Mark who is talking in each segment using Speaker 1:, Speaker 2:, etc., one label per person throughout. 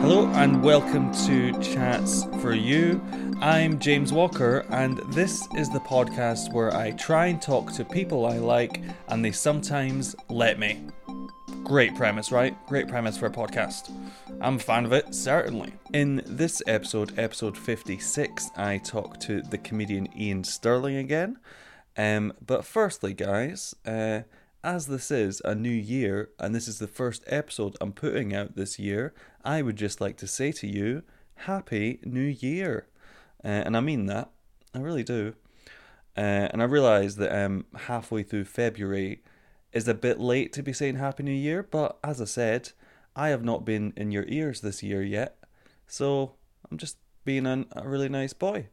Speaker 1: Hello and welcome to Chats for You. I'm James Walker, and this is the podcast where I try and talk to people I like, and they sometimes let me. Great premise, right? Great premise for a podcast. I'm a fan of it, certainly. In this episode, episode 56, I talk to the comedian Ian Sterling again. Um, but firstly, guys, uh, as this is a new year and this is the first episode I'm putting out this year, I would just like to say to you, Happy New Year. Uh, and I mean that, I really do. Uh, and I realise that um, halfway through February is a bit late to be saying Happy New Year, but as I said, I have not been in your ears this year yet, so I'm just being an, a really nice boy.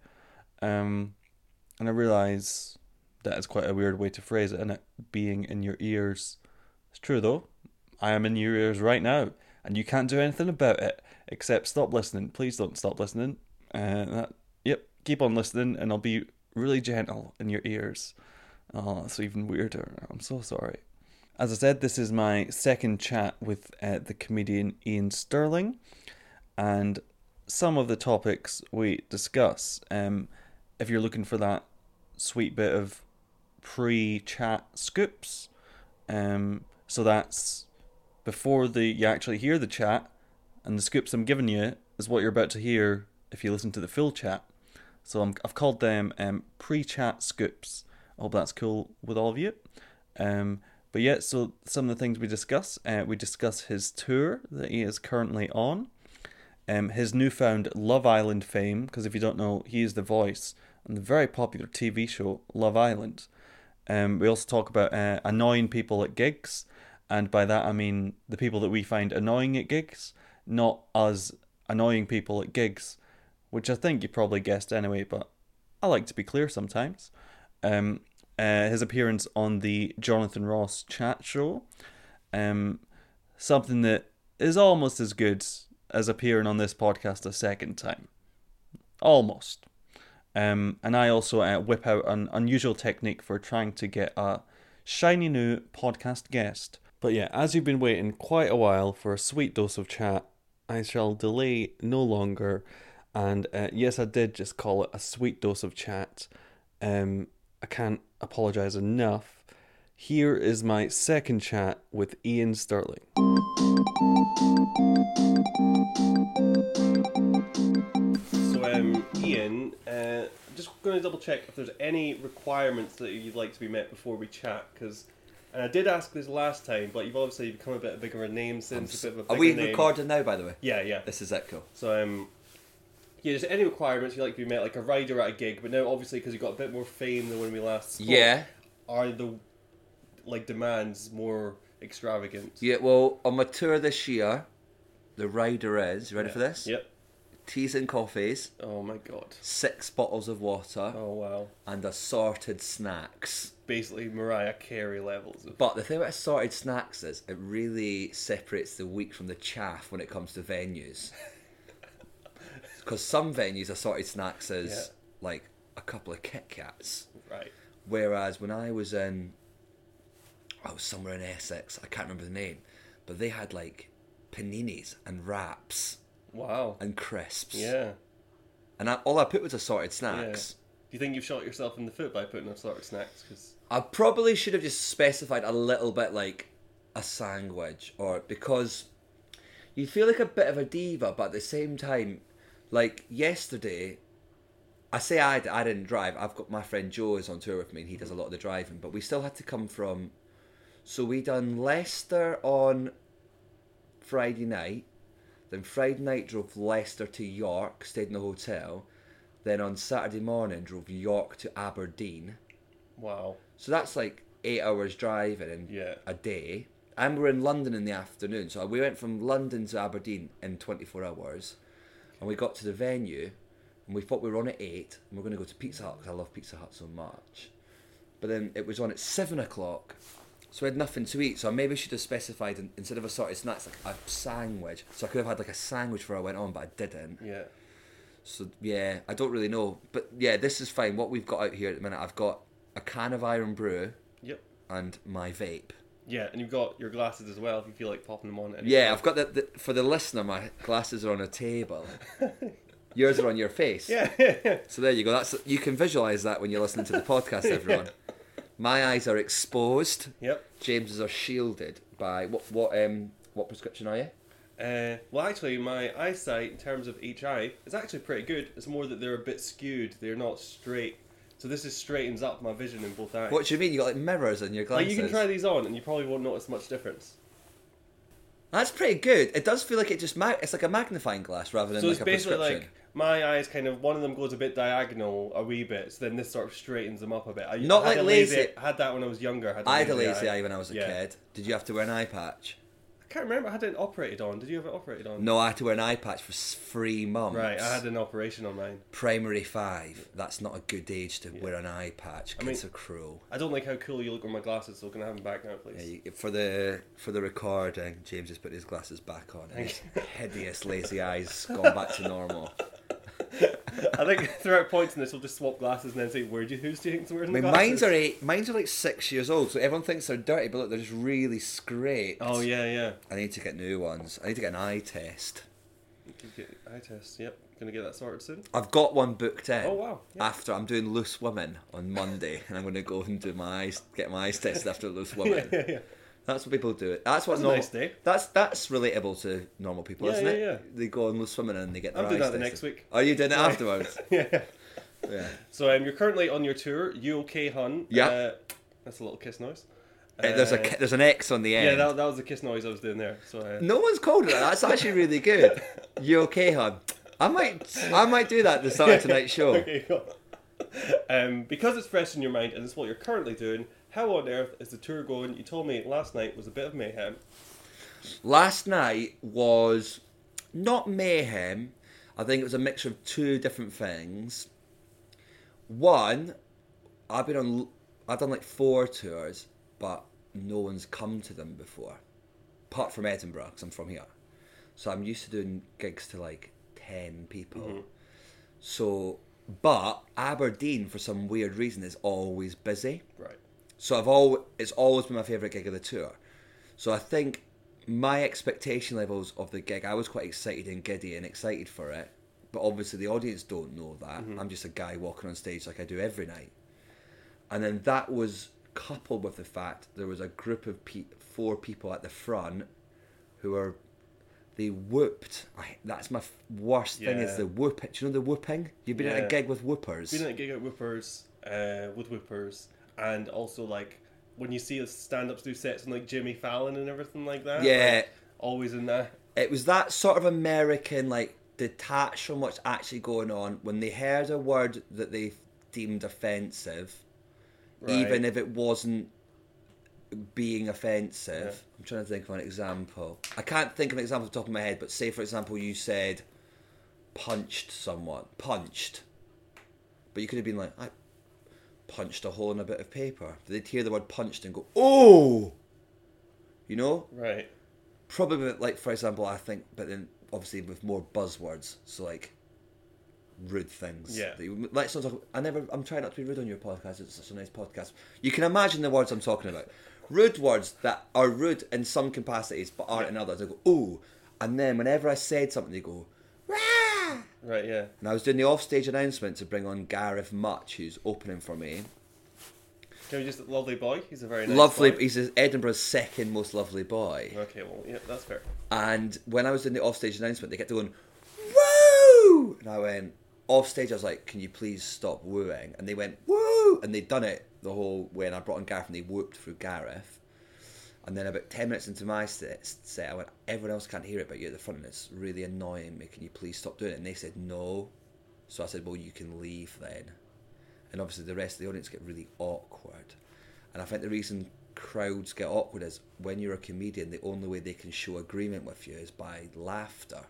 Speaker 1: Um, and I realise that is quite a weird way to phrase it, and it being in your ears. It's true though. I am in your ears right now, and you can't do anything about it except stop listening. Please don't stop listening. Uh, that, yep, keep on listening, and I'll be really gentle in your ears. Oh, that's even weirder. I'm so sorry. As I said, this is my second chat with uh, the comedian Ian Sterling, and some of the topics we discuss. Um, if you're looking for that sweet bit of pre-chat scoops, um, so that's before the you actually hear the chat, and the scoops I'm giving you is what you're about to hear if you listen to the full chat. So I'm, I've called them um, pre-chat scoops. I hope that's cool with all of you. Um, but yeah, so some of the things we discuss, uh, we discuss his tour that he is currently on, um, his newfound Love Island fame. Because if you don't know, he is the voice on the very popular TV show Love Island. Um, we also talk about uh, annoying people at gigs, and by that I mean the people that we find annoying at gigs, not us annoying people at gigs, which I think you probably guessed anyway, but I like to be clear sometimes. Um, uh, his appearance on the Jonathan Ross chat show, um, something that is almost as good as appearing on this podcast a second time. Almost. Um, and I also uh, whip out an unusual technique for trying to get a shiny new podcast guest. But yeah, as you've been waiting quite a while for a sweet dose of chat, I shall delay no longer. And uh, yes, I did just call it a sweet dose of chat. Um, I can't apologise enough. Here is my second chat with Ian Sterling.
Speaker 2: So, um, Ian, uh, just going to double check if there's any requirements that you'd like to be met before we chat, because. And I did ask this last time, but you've obviously become a bit bigger a name since a bit of a
Speaker 3: Are
Speaker 2: bigger
Speaker 3: we
Speaker 2: name.
Speaker 3: recording now, by the way?
Speaker 2: Yeah, yeah.
Speaker 3: This is it, cool.
Speaker 2: So, um, yeah, just any requirements you'd like to be met, like a rider at a gig, but now obviously because you've got a bit more fame than when we last spoke,
Speaker 3: Yeah,
Speaker 2: are the like demands more extravagant?
Speaker 3: yeah. Well, on my tour this year, the rider is ready for this.
Speaker 2: Yep.
Speaker 3: Teas and coffees,
Speaker 2: Oh my god.
Speaker 3: six bottles of water,
Speaker 2: Oh wow.
Speaker 3: and assorted snacks.
Speaker 2: Basically, Mariah Carey levels. Of-
Speaker 3: But the thing about assorted snacks is it really separates the wheat from the chaff when it comes to venues. Because some venues assorted snacks is
Speaker 2: Yeah.
Speaker 3: like a couple of Kit Kats.
Speaker 2: right.
Speaker 3: Whereas when I was in, I was somewhere in Essex, I can't remember the name, but they had like paninis and wraps
Speaker 2: Wow.
Speaker 3: and crisps.
Speaker 2: Yeah.
Speaker 3: And I, all I put was assorted
Speaker 2: Yeah.
Speaker 3: snacks.
Speaker 2: Do you think you've shot yourself in the foot by putting assorted snacks? Because
Speaker 3: I probably should have just specified a little bit like a sandwich or because you feel like a bit of a diva, but at the same time, like yesterday, I say I, I didn't drive. I've got my friend Joe is on tour with me and he does a lot of the driving, but we still had to come from. So we done Leicester on Friday night. Then Friday night drove Leicester to York, stayed in the hotel. Then on Saturday morning drove York to Aberdeen.
Speaker 2: wow,
Speaker 3: So that's like eight hours driving in
Speaker 2: Yeah.
Speaker 3: a day. And we're in London in the afternoon. So we went from London to Aberdeen in 24 hours. And we got to the venue and we thought we were on at eight, and we're going to go to Pizza Hut because I love Pizza Hut so much. But then it was on at seven o'clock, so we had nothing to eat. So I maybe should have specified in, instead of assorted snacks like a sandwich. So I could have had like a sandwich before I went on, but I didn't.
Speaker 2: Yeah.
Speaker 3: So yeah, I don't really know, but yeah, this is fine. What we've got out here at the minute, I've got a can of Iron Brew
Speaker 2: Yep.
Speaker 3: and my vape.
Speaker 2: Yeah, and you've got your glasses as well if you feel like popping them on. at any
Speaker 3: Yeah,
Speaker 2: time.
Speaker 3: I've got the, the for the listener. My glasses are on a table. Yours are on your face.
Speaker 2: Yeah, yeah, yeah.
Speaker 3: So there you go. That's you can visualize that when you're listening to the podcast, everyone. My eyes are exposed.
Speaker 2: Yep.
Speaker 3: James's are shielded by what? What? Um, what prescription are you?
Speaker 2: Uh, well, actually, my eyesight in terms of HI is actually pretty good. It's more that they're a bit skewed; they're not straight. So this is straightens up my vision in both eyes.
Speaker 3: What do you mean? You got like mirrors in your
Speaker 2: like
Speaker 3: glasses?
Speaker 2: you can try these on, and you probably won't notice much difference.
Speaker 3: That's pretty good. It does feel like it just ma- it's like a magnifying glass rather than
Speaker 2: So
Speaker 3: like
Speaker 2: it's
Speaker 3: a
Speaker 2: basically
Speaker 3: prescription.
Speaker 2: like my eyes kind of one of them goes a bit diagonal a wee bit, so then this sort of straightens them up a bit. I,
Speaker 3: Not
Speaker 2: I had
Speaker 3: like
Speaker 2: a lazy.
Speaker 3: lazy-
Speaker 2: I had that when I was younger. I had a
Speaker 3: I
Speaker 2: lazy,
Speaker 3: had a lazy
Speaker 2: eye.
Speaker 3: eye when I was a
Speaker 2: Yeah.
Speaker 3: kid. Did you have to wear an eye patch?
Speaker 2: I can't remember. I had it operated on. Did you have it operated on?
Speaker 3: No, I had to wear an eye patch for s- three months.
Speaker 2: Right, I had an operation on mine.
Speaker 3: primary five. That's not a good age to wear an eye patch.
Speaker 2: mean-
Speaker 3: Kids are cruel.
Speaker 2: I don't like how cool you look with my glasses, so can I have them back now, please?
Speaker 3: Yeah, you- for the for the recording, James has put his glasses back on. And his hideous lazy eyes gone back to normal.
Speaker 2: I think throughout points in this, we'll just swap glasses and then say, "Where do you, who's do you think's wearing
Speaker 3: I
Speaker 2: the
Speaker 3: mean,
Speaker 2: glasses?"
Speaker 3: mine's are eight. Mine's are like six years old, so everyone thinks they're dirty, but look, they're just really scraped.
Speaker 2: Oh yeah, yeah.
Speaker 3: I need to get new ones. I need to get an eye test.
Speaker 2: Could get Eye test. Yep, gonna get that sorted soon.
Speaker 3: I've got one booked in.
Speaker 2: Oh, wow. Yeah.
Speaker 3: After I'm doing Loose Women on Monday, and I'm going to go and do my eyes, get my eyes tested after Loose Women.
Speaker 2: Yeah, yeah.
Speaker 3: That's what people do. It. That's what
Speaker 2: That's a
Speaker 3: normal,
Speaker 2: nice day.
Speaker 3: That's that's relatable to normal people,
Speaker 2: Yeah,
Speaker 3: isn't
Speaker 2: yeah,
Speaker 3: it?
Speaker 2: yeah.
Speaker 3: They go and loose women and they get their
Speaker 2: I'm doing
Speaker 3: eyes
Speaker 2: that the
Speaker 3: tested.
Speaker 2: next week.
Speaker 3: Oh, you did it afterwards.
Speaker 2: yeah.
Speaker 3: yeah.
Speaker 2: So um, you're currently on your tour. You okay, hun?
Speaker 3: Yeah.
Speaker 2: Uh, that's a little kiss noise.
Speaker 3: Eh, there's a
Speaker 2: Uh,
Speaker 3: ki- there's an X on the end.
Speaker 2: Yeah, that, that was the kiss noise I was doing there. So uh,
Speaker 3: No one's called it that. That's actually really good. You okay, hon? I might I might do that at the start of tonight's show.
Speaker 2: okay, cool. Um, because it's fresh in your mind and it's what you're currently doing. How on earth is the tour going? You told me last night was a bit of mayhem.
Speaker 3: Last night was not mayhem. I think it was a mixture of two different things. One, I've been on. I've done like four tours, but no one's come to them before, apart from Edinburgh, because I'm from here. So I'm used to doing gigs to like ten people. So, but Aberdeen for some weird reason is always busy.
Speaker 2: Right.
Speaker 3: So I've all it's always been my favourite gig of the tour. So I think my expectation levels of the gig, I was quite excited and giddy and excited for it. But obviously the audience don't know that.
Speaker 2: Mm-hmm.
Speaker 3: I'm just a guy walking on stage like I do every night. And then that was coupled with the fact there was a group of pe- four people at the front who were they whooped. I, that's my f- worst thing is
Speaker 2: Yeah.
Speaker 3: the whoop. Do you know the whooping? You've been at
Speaker 2: Yeah.
Speaker 3: a gig with whoopers.
Speaker 2: Been at a gig at Whippers, uh, with Whippers, and also like when you see us stand ups do sets on like Jimmy Fallon and everything like that.
Speaker 3: Yeah.
Speaker 2: like, always in there.
Speaker 3: it was that sort of American, like detached from what's actually going on. When they heard a word that they deemed offensive,
Speaker 2: Right.
Speaker 3: even if it wasn't being offensive, I'm trying to think of an example. I can't think of an example off the top of my head, but say for example, you said punched someone, punched, but you could have been like, I punched a hole in a bit of paper. They'd hear the word punched and go, oh, you know,
Speaker 2: Right.
Speaker 3: probably like for example i think but then obviously with more buzzwords so like rude things
Speaker 2: Yeah.
Speaker 3: that you- let's not talk i never i'm trying not to be rude on your podcast it's such a nice podcast you can imagine the words i'm talking about rude words that are rude in some capacities but aren't in others i go ooh and then whenever i said something they go Rah!
Speaker 2: Right. Yeah.
Speaker 3: and i was doing the offstage announcement to bring on gareth much who's opening for me
Speaker 2: Can we just lovely boy? He's a very nice
Speaker 3: lovely
Speaker 2: Boy.
Speaker 3: he's edinburgh's second most lovely boy
Speaker 2: Okay. Well, yeah, that's fair.
Speaker 3: And when I was doing the offstage announcement, they kept going, woo! And I went, offstage, I was like, can you please stop wooing? And they went, woo! And they'd done it the whole way. And I brought on Gareth and they whooped through Gareth. And then about 10 minutes into my set, set, I went, everyone else can't hear it, but you're at the front and it's really annoying me. Can you please stop doing it? And they said, no. So I said, well, you can leave then. And obviously the rest of the audience get really awkward. And I think the reason crowds get awkward is when you're a comedian, the only way they can show agreement with you is by laughter.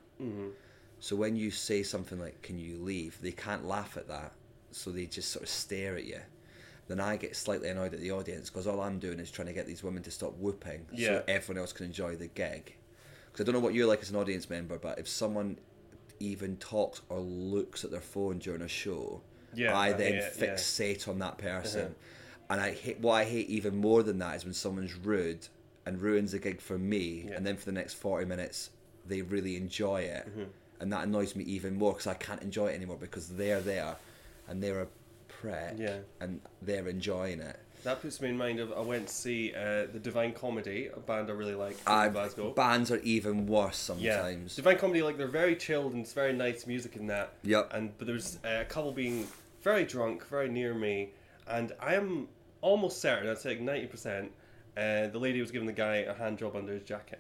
Speaker 3: So when you say something like, "Can you leave?" they can't laugh at that, so they just sort of stare at you. Then I get slightly annoyed at the audience because all I'm doing is trying to get these women to stop whooping
Speaker 2: Yeah.
Speaker 3: so everyone else can enjoy the gig. Because I don't know what you're like as an audience member, but if someone even talks or looks at their phone during a show,
Speaker 2: Yeah,
Speaker 3: I
Speaker 2: I
Speaker 3: then
Speaker 2: hate it, yeah. Uh-huh.
Speaker 3: fixate on that person. And I hate what I hate even more than that is when someone's rude and ruins the gig for me,
Speaker 2: Yeah.
Speaker 3: and then for the next forty minutes they really enjoy it,
Speaker 2: Mm-hmm.
Speaker 3: and that annoys me even more because I can't enjoy it anymore because they're there, and they're a prick,
Speaker 2: Yeah.
Speaker 3: and they're enjoying it.
Speaker 2: That puts me in mind of I went to see uh, the Divine Comedy, a band I really like from
Speaker 3: I
Speaker 2: Glasgow.
Speaker 3: bands are even worse
Speaker 2: yeah,
Speaker 3: sometimes.
Speaker 2: Divine Comedy, like they're very chilled and it's very nice music in that.
Speaker 3: Yep.
Speaker 2: And but there's uh, a couple being very drunk, very near me, and I am almost certain I'd say like ninety percent. Uh, the lady was giving the guy a hand job under his jacket.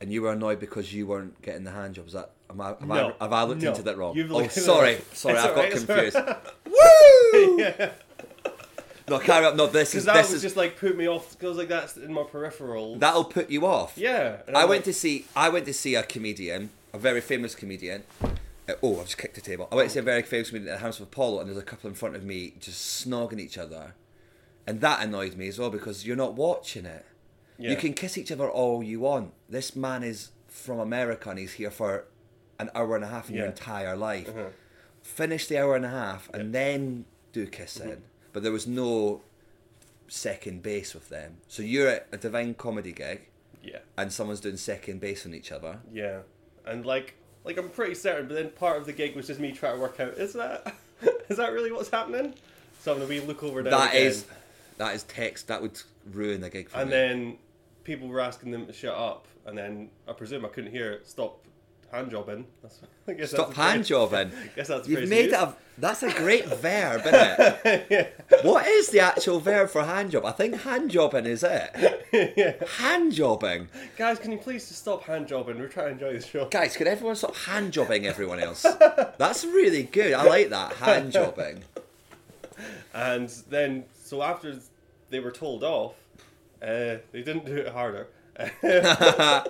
Speaker 3: And you were annoyed because you weren't getting the hand jobs. That am I? Am
Speaker 2: No.
Speaker 3: I have I looked
Speaker 2: No.
Speaker 3: into that wrong?
Speaker 2: You've
Speaker 3: oh,
Speaker 2: looked-
Speaker 3: sorry, sorry,
Speaker 2: It's
Speaker 3: I've
Speaker 2: alright,
Speaker 3: got
Speaker 2: it's alright.
Speaker 3: confused. Woo!
Speaker 2: Yeah,
Speaker 3: No, carry up. No, this is
Speaker 2: because that
Speaker 3: this
Speaker 2: was
Speaker 3: is
Speaker 2: just like put me off because like that's in my peripheral.
Speaker 3: that'll put you off.
Speaker 2: yeah. and
Speaker 3: I
Speaker 2: I'm
Speaker 3: went to
Speaker 2: like,
Speaker 3: see I went to see a comedian, a very famous comedian. Uh, oh, I've just kicked the table. I went to see a very famous comedian at the House of Apollo, and there's a couple in front of me just snogging each other, and that annoyed me as well because you're not watching it.
Speaker 2: Yeah.
Speaker 3: You can kiss each other all you want. This man is from America and he's here for an hour and a half in your
Speaker 2: Yeah. Uh-huh.
Speaker 3: entire life. Finish the hour and a half and then do kissing.
Speaker 2: Mm-hmm.
Speaker 3: But there was no second base with them. So you're at a divine comedy gig
Speaker 2: yeah.
Speaker 3: and someone's doing second base on each other.
Speaker 2: Yeah, and like, like I'm pretty certain. But then part of the gig was just me trying to work out: is that, is that really what's happening? So I'm gonna be look over now.
Speaker 3: That
Speaker 2: again.
Speaker 3: is, that is text. That would ruin the gig for
Speaker 2: and
Speaker 3: me.
Speaker 2: then people were asking them to shut up, and then I presume I couldn't hear it, stop hand jobbing. That's, I guess
Speaker 3: Stop
Speaker 2: that's the
Speaker 3: hand
Speaker 2: phrase.
Speaker 3: jobbing.
Speaker 2: Guess that's the
Speaker 3: You've
Speaker 2: phrase
Speaker 3: made
Speaker 2: used.
Speaker 3: it a, that's a great verb, isn't it? What is the actual verb for hand job? I think hand jobbing is it. Hand jobbing.
Speaker 2: Guys, can you please just stop hand jobbing? We're trying to enjoy the show.
Speaker 3: Guys, could everyone stop hand jobbing everyone else? That's really good. I like that. Hand jobbing.
Speaker 2: And then, so after they were told off, uh, they didn't do it harder. but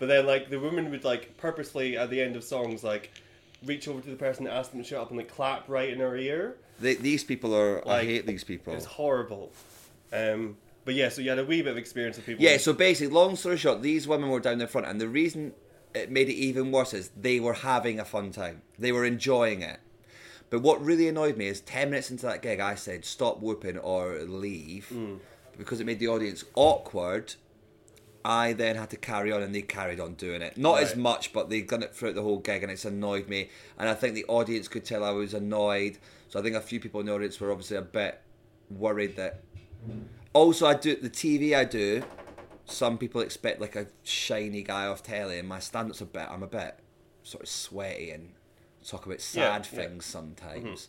Speaker 2: then, like, the woman would, like, purposely at the end of songs, like, reach over to the person and ask them to shut up and, like, clap right in her ear.
Speaker 3: They, these people are. I
Speaker 2: Like,
Speaker 3: hate these people.
Speaker 2: It's horrible. Um, but yeah, so you had a wee bit of experience of people.
Speaker 3: Yeah, so basically, long story short, these women were down the front, and the reason it made it even worse is they were having a fun time. They were enjoying it. But what really annoyed me is 10 minutes into that gig, I said, stop whooping or leave, because it made the audience awkward. I then had to carry on, and they carried on doing it. Not as
Speaker 2: Right.
Speaker 3: much, but they've done it throughout the whole gig, and it's annoyed me. And I think the audience could tell I was annoyed. So I think a few people in the audience were obviously a bit worried that. Also, I do the TV. I do. Some people expect like a shiny guy off telly, and my stand-up's a bit. I'm a bit sort of sweaty and talk about sad
Speaker 2: yeah. Mm-hmm.
Speaker 3: things sometimes.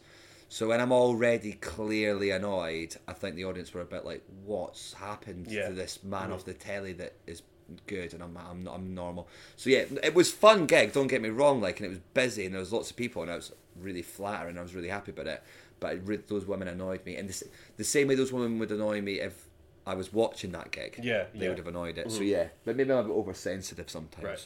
Speaker 3: So when I'm already clearly annoyed, I think the audience were a bit like, "What's happened
Speaker 2: Yeah.
Speaker 3: to this man
Speaker 2: Mhm.
Speaker 3: off the telly that is good?" And I'm, I'm, I'm normal. So yeah, it was fun gig. Don't get me wrong. Like, and it was busy, and there was lots of people, and I was really flattering. I was really happy about it. But it, re- those women annoyed me, and the, s- the same way those women would annoy me if I was watching that gig.
Speaker 2: Yeah,
Speaker 3: they
Speaker 2: yeah. Mm-hmm.
Speaker 3: would have annoyed it. So yeah, but maybe I'm a bit oversensitive sometimes.
Speaker 2: Right.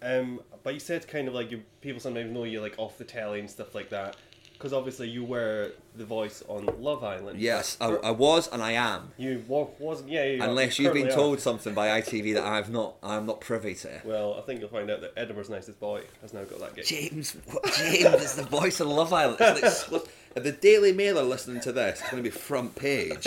Speaker 2: Um, but you said kind of like you, people sometimes know you like off the telly and stuff like that, because obviously you were the voice on Love Island.
Speaker 3: Yes, I, I was, and I am.
Speaker 2: You wa- wasn't, yeah. You
Speaker 3: Unless you've been
Speaker 2: currently
Speaker 3: told
Speaker 2: are.
Speaker 3: something by ITV that I've not, I'm not privy to.
Speaker 2: Well, I think you'll find out that Edinburgh's nicest boy has now got that gig.
Speaker 3: James, what, James is the voice of Love Island. It's an exclu- if the Daily Mail are listening to this, it's going to be front page.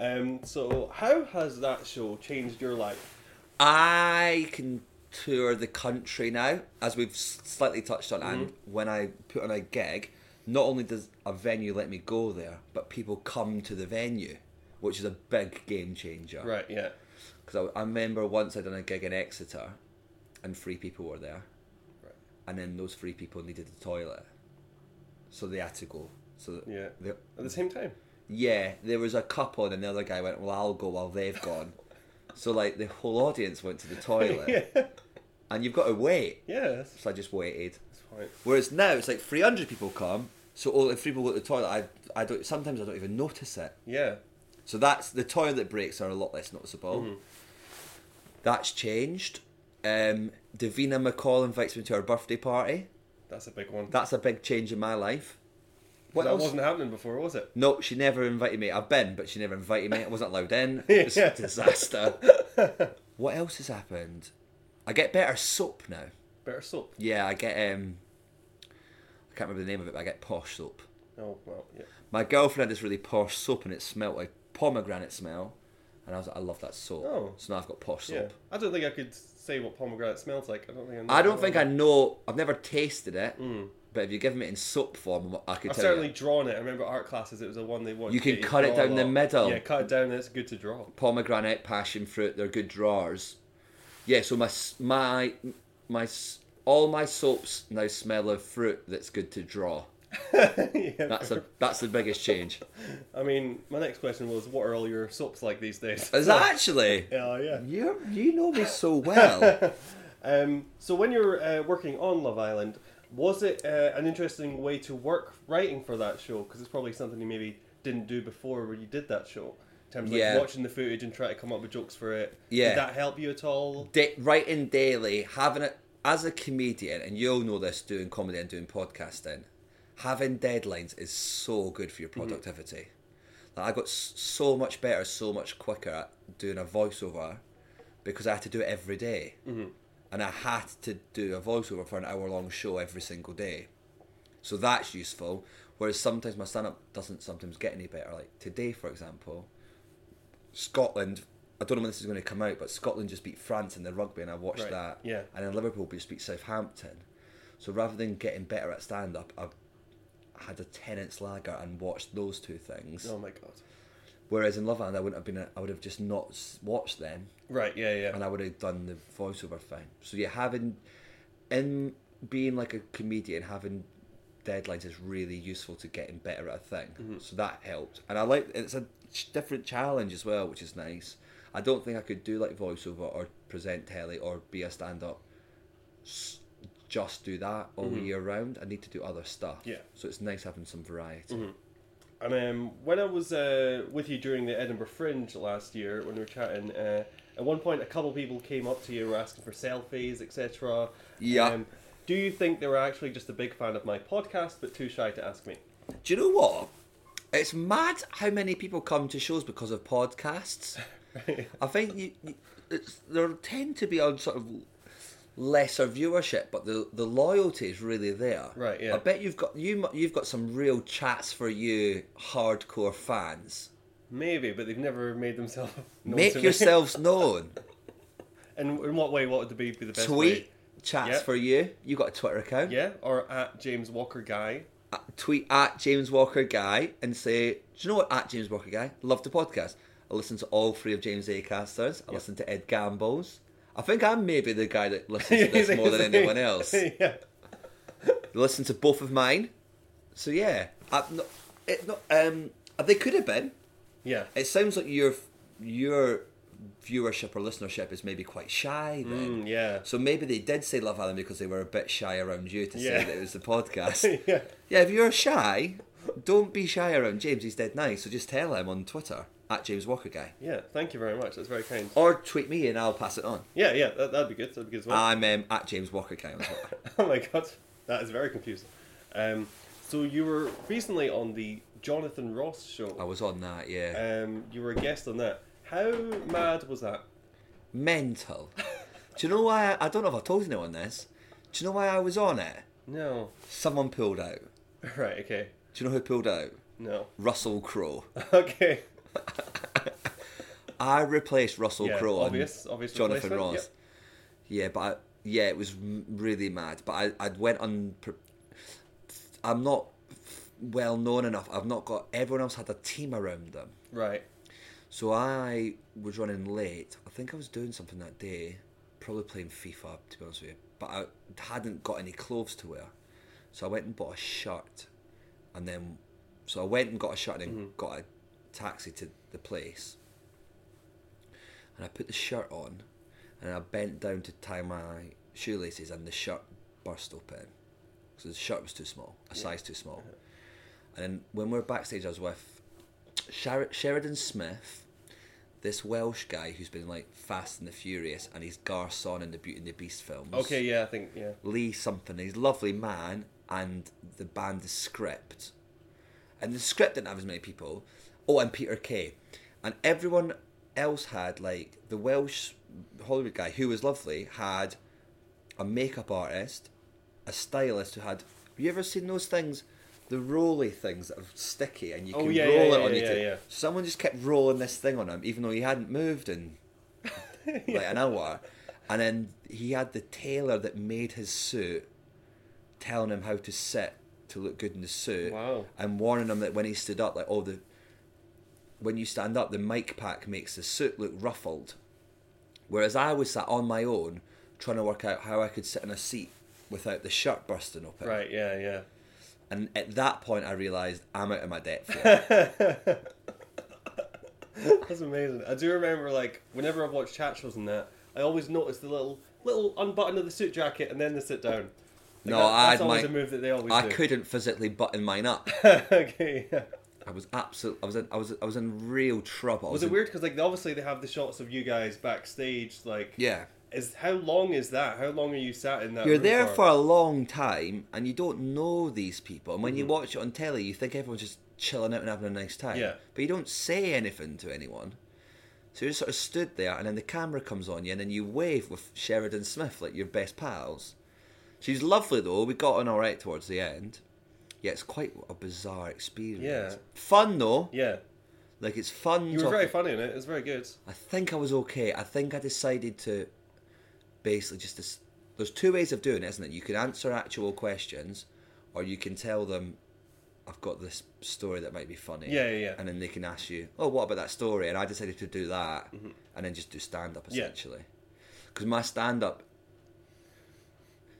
Speaker 2: Um, so how has that show changed your life?
Speaker 3: I can tour the country now, as we've s- slightly touched on. And
Speaker 2: Mm-hmm.
Speaker 3: when I put on a gig, not only does a venue let me go there, but people come to the venue, which is a big game changer.
Speaker 2: Right. Yeah.
Speaker 3: Because I, I remember once I'd done a gig in Exeter, and three people were there.
Speaker 2: Right.
Speaker 3: and then those three people needed the toilet, so they had to go. So th-
Speaker 2: Yeah.
Speaker 3: the-
Speaker 2: At the same time.
Speaker 3: yeah, there was a couple, and another guy went, "Well, I'll go while they've gone." so like the whole audience went to the toilet,
Speaker 2: yeah.
Speaker 3: and you've got to wait.
Speaker 2: Yeah. That's,
Speaker 3: So I just waited.
Speaker 2: that's fine.
Speaker 3: Whereas now it's like three hundred people come, so only three people go to the toilet. I I don't sometimes I don't even notice it.
Speaker 2: Yeah. Mm-hmm.
Speaker 3: So that's the toilet breaks are a lot less noticeable. That's changed. Um, Davina McCall invites me to her birthday party.
Speaker 2: That's a big one. That,
Speaker 3: That's a big change in my life. What
Speaker 2: that
Speaker 3: else?
Speaker 2: wasn't happening before, was it?
Speaker 3: No, she never invited me. I've been, but she never invited me. I wasn't allowed in.
Speaker 2: Yeah.
Speaker 3: It's a disaster. what else has happened? I get better soap now.
Speaker 2: Better soap.
Speaker 3: Yeah, I get um I can't remember the name of it, but I get posh soap.
Speaker 2: Oh well, yeah.
Speaker 3: My girlfriend had this really posh soap and it smelled like pomegranate smell. And I was like, I love that soap.
Speaker 2: Oh.
Speaker 3: So now I've got posh soap.
Speaker 2: Yeah. I don't think I could say what pomegranate smells like. I don't think I know.
Speaker 3: I don't think I know I've never tasted it, but if you give me it in soap form I could
Speaker 2: I've
Speaker 3: tell
Speaker 2: certainly
Speaker 3: you
Speaker 2: drawn it. Hmm. I remember art classes. It was the one they wanted.
Speaker 3: You
Speaker 2: to
Speaker 3: can
Speaker 2: get you
Speaker 3: cut
Speaker 2: to
Speaker 3: it
Speaker 2: draw a
Speaker 3: down the
Speaker 2: lot.
Speaker 3: middle.
Speaker 2: Yeah, cut it down. That's good to draw.
Speaker 3: pomegranate, passion fruit, they're good drawers. Yeah, so my s- my my s- all my soaps now smell of fruit that's good to draw.
Speaker 2: yeah.
Speaker 3: That's the that's the biggest change.
Speaker 2: I mean, my next question was, what are all your soaps like these days?
Speaker 3: Is that actually?
Speaker 2: Yeah, yeah.
Speaker 3: You you know me so well.
Speaker 2: Um, so when you were uh, working on Love Island, was it uh, an interesting way to work writing for that show? Because it's probably something you maybe didn't do before when you did that show. In terms of like,
Speaker 3: Yeah.
Speaker 2: watching the footage and trying to come up with jokes for it.
Speaker 3: Yeah.
Speaker 2: Did that help you at all?
Speaker 3: da- writing daily, having it as a comedian, and you'll know this doing comedy and doing podcasting, having deadlines is so good for your productivity. Like I got s- so much better, so much quicker at doing a voiceover because I had to do it every day.
Speaker 2: Mm-hmm.
Speaker 3: and I had to do a voiceover for an hour long show every single day. So that's useful. Whereas sometimes my stand up doesn't sometimes get any better. Like today, for example, Scotland. I don't know when this is going to come out, but Scotland just beat France in the rugby, and I watched
Speaker 2: Right,
Speaker 3: that.
Speaker 2: yeah.
Speaker 3: And then Liverpool just beat Southampton. So rather than getting better at stand up, I've had a tenants lager and watched those two things.
Speaker 2: Oh my god.
Speaker 3: Whereas in Love Island, I wouldn't have been. A, I would have just not s- watched them
Speaker 2: Right. Yeah. Yeah.
Speaker 3: and I would have done the voiceover thing. So yeah, having in being like a comedian, having deadlines is really useful to getting better at a thing. So that helped, and I like it's a ch- different challenge as well, which is nice. I don't think I could do like voiceover or present telly or be a stand up. Just do that all year round. I need to do other stuff.
Speaker 2: Yeah.
Speaker 3: So it's nice having some variety.
Speaker 2: And um, when I was uh, with you during the Edinburgh Fringe last year, when we were chatting, uh, at one point a couple of people came up to you, were asking for selfies, etc.
Speaker 3: Yeah.
Speaker 2: do you think they were actually just a big fan of my podcast, but too shy to ask me?
Speaker 3: Do you know what? It's mad how many people come to shows because of podcasts. I think you, you, it's, there tend to be on sort of lesser viewership, but the the loyalty is really there.
Speaker 2: Right, yeah.
Speaker 3: I bet you've got you mu- you've got some real chats for you hardcore fans.
Speaker 2: Maybe, but they've never made themselves. known to
Speaker 3: Make
Speaker 2: me.
Speaker 3: yourselves known.
Speaker 2: And in what way? What would be, be the best
Speaker 3: Tweet
Speaker 2: way?
Speaker 3: chats
Speaker 2: Yeah.
Speaker 3: for you. You got a Twitter account.
Speaker 2: Yeah, or at James Walker Guy.
Speaker 3: Uh, Tweet at James Walker Guy and say, do you know what? At James Walker Guy, love the podcast. I listen to all three of James Acaster's. I listen to Ed Gamble's. I think I'm maybe the guy that listens to this more than anyone else.
Speaker 2: yeah.
Speaker 3: listen to both of mine. So yeah, I, no, it, no, um, they could have been.
Speaker 2: Yeah.
Speaker 3: It sounds like your your viewership or listenership is maybe quite shy then.
Speaker 2: Mm, yeah.
Speaker 3: So maybe they did say Love Island because they were a bit shy around you to say
Speaker 2: Yeah.
Speaker 3: that it was the podcast.
Speaker 2: yeah.
Speaker 3: yeah, if you're shy, don't be shy around James. He's dead nice. So just tell him on Twitter at James Walker Guy
Speaker 2: Yeah. Thank you very much. That's very kind.
Speaker 3: or tweet me and I'll pass it on.
Speaker 2: Yeah, yeah. That, that'd be good. That'd be good as well.
Speaker 3: I'm um, at James Walker Guy on Twitter.
Speaker 2: Oh my god, that is very confusing. Um, so you were recently on the Jonathan Ross
Speaker 3: I
Speaker 2: show.
Speaker 3: was on that. Oh, Yeah.
Speaker 2: Um, you were a guest on that. How mad was that?
Speaker 3: mental. Do you know why? I, I don't know if I told anyone this. Do you know why I was on it?
Speaker 2: No.
Speaker 3: Someone pulled out.
Speaker 2: Right. Okay.
Speaker 3: Do you know who pulled out?
Speaker 2: No.
Speaker 3: Russell Crowe.
Speaker 2: Okay.
Speaker 3: I replaced Russell
Speaker 2: Yeah,
Speaker 3: Crowe on
Speaker 2: obvious- obvious
Speaker 3: Jonathan
Speaker 2: replacement,
Speaker 3: Ross. Yeah, but I, yeah, it was m- really mad. But I I went on. I'm not f- well known enough. I've not got everyone else had a team around them.
Speaker 2: Right.
Speaker 3: So I was running late. I think I was doing something that day, probably playing FIFA to be honest with you. But I hadn't got any clothes to wear, so I went and bought a shirt, and then so I went and got a shirt and then got a taxi to the place, and I put the shirt on, and I bent down to tie my shoelaces, and the shirt burst open. So the shirt was too small, a size too small. And then when we were backstage, I was with Sher- Sheridan Smith this Welsh guy who's been like Fast and the Furious, and he's Garson in the Beauty and the Beast films.
Speaker 2: Okay, yeah, I think yeah.
Speaker 3: Lee something. He's a lovely man, and the band is Script, and the Script didn't have as many people. Oh, and Peter Kay, and everyone else had like the Welsh Hollywood guy who was lovely had a makeup artist, a stylist who had. Have you ever seen those things? The roly things that are sticky and you
Speaker 2: Oh,
Speaker 3: can
Speaker 2: yeah,
Speaker 3: roll
Speaker 2: yeah,
Speaker 3: it
Speaker 2: yeah,
Speaker 3: on
Speaker 2: yeah,
Speaker 3: your
Speaker 2: yeah.
Speaker 3: Someone just kept rolling this thing on him, even though he hadn't moved in like an hour. And then he had the tailor that made his suit telling him how to sit to look good in the suit.
Speaker 2: Wow.
Speaker 3: And warning him that when he stood up, like, oh, the. When you stand up, the mic pack makes the suit look ruffled. Whereas I was sat on my own trying to work out how I could sit in a seat without the shirt bursting open.
Speaker 2: Right, yeah, yeah.
Speaker 3: And at that point, I realised I'm out of my depth here.
Speaker 2: That's amazing. I do remember like whenever I've watched chat shows and that, I always notice the little little unbutton of the suit jacket and then the sit down. Like,
Speaker 3: No,
Speaker 2: that-
Speaker 3: I
Speaker 2: that's
Speaker 3: had
Speaker 2: always
Speaker 3: my-
Speaker 2: a move that they always
Speaker 3: I
Speaker 2: do.
Speaker 3: couldn't physically button mine up.
Speaker 2: okay. Yeah.
Speaker 3: I was absolute. I was in. I was. I was in real trouble. I
Speaker 2: Was it
Speaker 3: in-
Speaker 2: weird because like obviously they have the shots of you guys backstage like
Speaker 3: Yeah.
Speaker 2: Is how long is that? How long are you sat in that?
Speaker 3: You're
Speaker 2: room
Speaker 3: there for a long time, and you don't know these people. And when
Speaker 2: Mm-hmm.
Speaker 3: you watch it on telly, you think everyone's just chilling out and having a nice time.
Speaker 2: Yeah.
Speaker 3: But you don't say anything to anyone. So you just sort of stood there, and then the camera comes on you, and then you wave with Sheridan Smith, like your best pals. She's lovely though. We got on all right towards the end. Yeah, it's quite a bizarre experience.
Speaker 2: Yeah.
Speaker 3: Fun though.
Speaker 2: Yeah,
Speaker 3: Like it's fun.
Speaker 2: you were
Speaker 3: talking-
Speaker 2: very funny in it. It was very good.
Speaker 3: I think I was okay. I think I decided to basically just. Dis- There's two ways of doing it, isn't it? You can answer actual questions, or you can tell them, I've got this story that might be funny.
Speaker 2: Yeah, yeah, yeah.
Speaker 3: And then they can ask you, oh, what about that story? And I decided to do that, and then just do stand up
Speaker 2: Mm-hmm. Yeah.
Speaker 3: essentially. Because my stand up.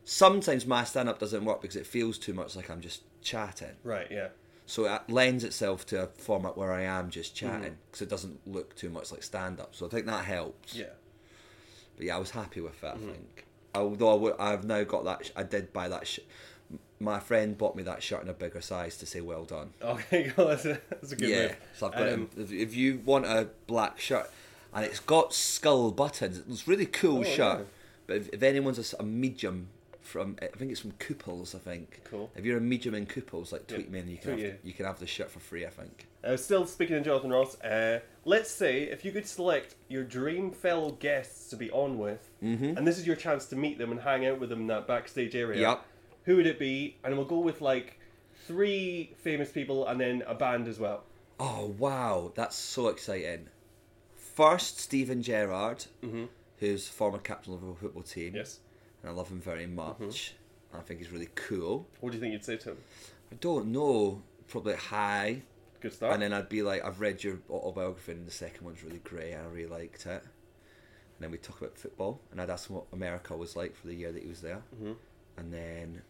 Speaker 3: Sometimes my stand up doesn't work because it feels too much like I'm just chatting.
Speaker 2: Right. Yeah.
Speaker 3: So it lends itself to a format where I am
Speaker 2: Mm.
Speaker 3: just chatting because it doesn't look too much like stand up. So I think that helps.
Speaker 2: Yeah. Mm-hmm.
Speaker 3: But yeah, I was happy with that, I think. Although i w- I've now got that, sh- I did buy that. Sh- m- my friend bought me that shirt in a bigger size to say well done.
Speaker 2: Okay. Cool. That's a, that's a good
Speaker 3: yeah.
Speaker 2: move.
Speaker 3: So I've got
Speaker 2: Um,
Speaker 3: it. in- If, if you want a black shirt, and it's got skull buttons, it's a really cool
Speaker 2: Oh,
Speaker 3: shirt.
Speaker 2: yeah.
Speaker 3: But if, if anyone's a, s- a medium from, I think it's from Couples, I think.
Speaker 2: Cool.
Speaker 3: If you're a medium in Couples, like tweet me and you can, have,
Speaker 2: tweet
Speaker 3: the- you can have the shirt for free, I think.
Speaker 2: Uh, still speaking of Jonathan Ross, uh, let's say if you could select your dream fellow guests to be on with,
Speaker 3: Mm-hmm.
Speaker 2: and this is your chance to meet them and hang out with them in that backstage area,
Speaker 3: Yep.
Speaker 2: who would it be? And we'll go with like three famous people and then a band as well.
Speaker 3: Oh wow, that's so exciting! First, Stephen Gerrard, who's former captain of our football team,
Speaker 2: Yes.
Speaker 3: and I love him very much. I think he's really cool.
Speaker 2: What do you think you'd say to him?
Speaker 3: I don't know, probably hi,
Speaker 2: Good start.
Speaker 3: and then I'd be like, I've read your autobiography, and the second one's really great. I really liked it. And then we talk about football, and I'd ask him what America was like for the year that he was there,
Speaker 2: Mm-hmm.
Speaker 3: and then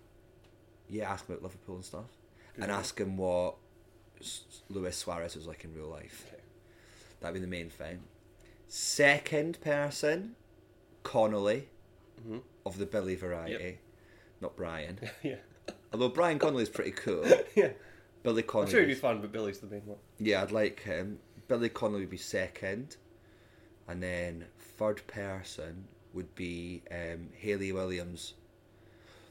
Speaker 3: yeah, ask him about Liverpool and stuff, and ask him what S- Luis Suarez was like in real life.
Speaker 2: Okay.
Speaker 3: That'd be the main thing. Second person, Connolly
Speaker 2: Mm-hmm.
Speaker 3: of the Billy variety, not Brian.
Speaker 2: yeah.
Speaker 3: Although Brian Connolly's pretty cool.
Speaker 2: Yeah.
Speaker 3: Billy
Speaker 2: I'm sure it'd
Speaker 3: Connolly.
Speaker 2: be fun, but Billy's the main one.
Speaker 3: Yeah, I'd like him. Billy Connolly would be second. And then third person would be um, Haley Williams.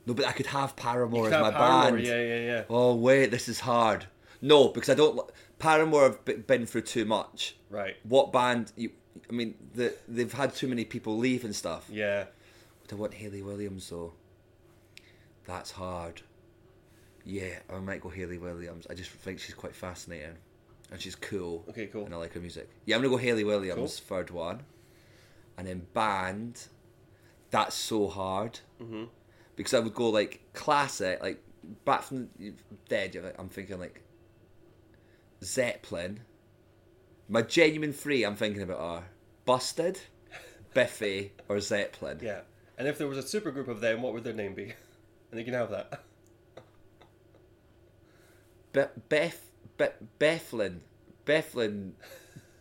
Speaker 3: No, but I could have Paramore as
Speaker 2: Sam
Speaker 3: my
Speaker 2: Paramore,
Speaker 3: band.
Speaker 2: Yeah, yeah, yeah.
Speaker 3: Oh, wait, this is hard. No, because I don't. li- Paramore have b- been through too much.
Speaker 2: Right.
Speaker 3: What band? You, I mean, the, they've had too many people leave and stuff.
Speaker 2: Yeah.
Speaker 3: Would I want Haley Williams though? That's hard. Yeah, I might go Haley Williams. I just think she's quite fascinating, and she's cool.
Speaker 2: Okay, cool.
Speaker 3: And I like her music. Yeah, I'm gonna go Haley Williams third one, and then band. That's so hard mm-hmm. because I would go like classic, like back from the dead. you're like- I'm thinking like Zeppelin. My genuine three I'm thinking about are Busted, Biffy, or Zeppelin.
Speaker 2: Yeah. And if there was a supergroup of them, what would their name be? And they can have that.
Speaker 3: Be- Beth, Be- Bethlin, Bethlin,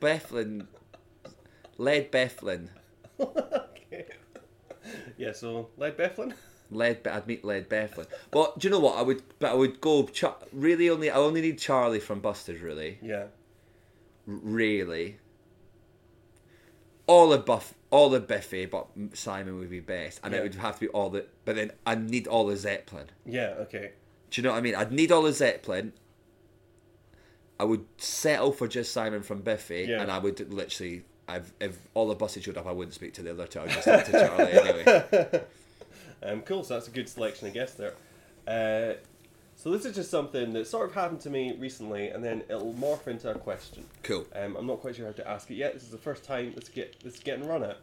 Speaker 3: Bethlin, Led Bethlin,
Speaker 2: okay. Yeah, so Led Beflin?
Speaker 3: Led. Be- I'd meet Led Bethlin. But do you know what? I would, but I would go. Cha- really, only I only need Charlie from Busted. Really,
Speaker 2: Yeah.
Speaker 3: R- really. olive buff, olive buffet, but Simon would be best, and
Speaker 2: Yeah.
Speaker 3: it would have to be all the. But then I need all the Zeppelin.
Speaker 2: Yeah. Okay.
Speaker 3: Do you know what I mean? I'd need all the Zeppelin. I would settle for just Simon from Biffy,
Speaker 2: Yeah.
Speaker 3: and I would literally, I've, if all the buses showed up, I wouldn't speak to the other two. I'd just speak to Charlie anyway.
Speaker 2: Um, cool. So that's a good selection, I guess. There. Uh, so this is just something that sort of happened to me recently, and then it'll morph into a question.
Speaker 3: Cool.
Speaker 2: Um, I'm not quite sure how to ask it yet. This is the first time this get this is getting run at.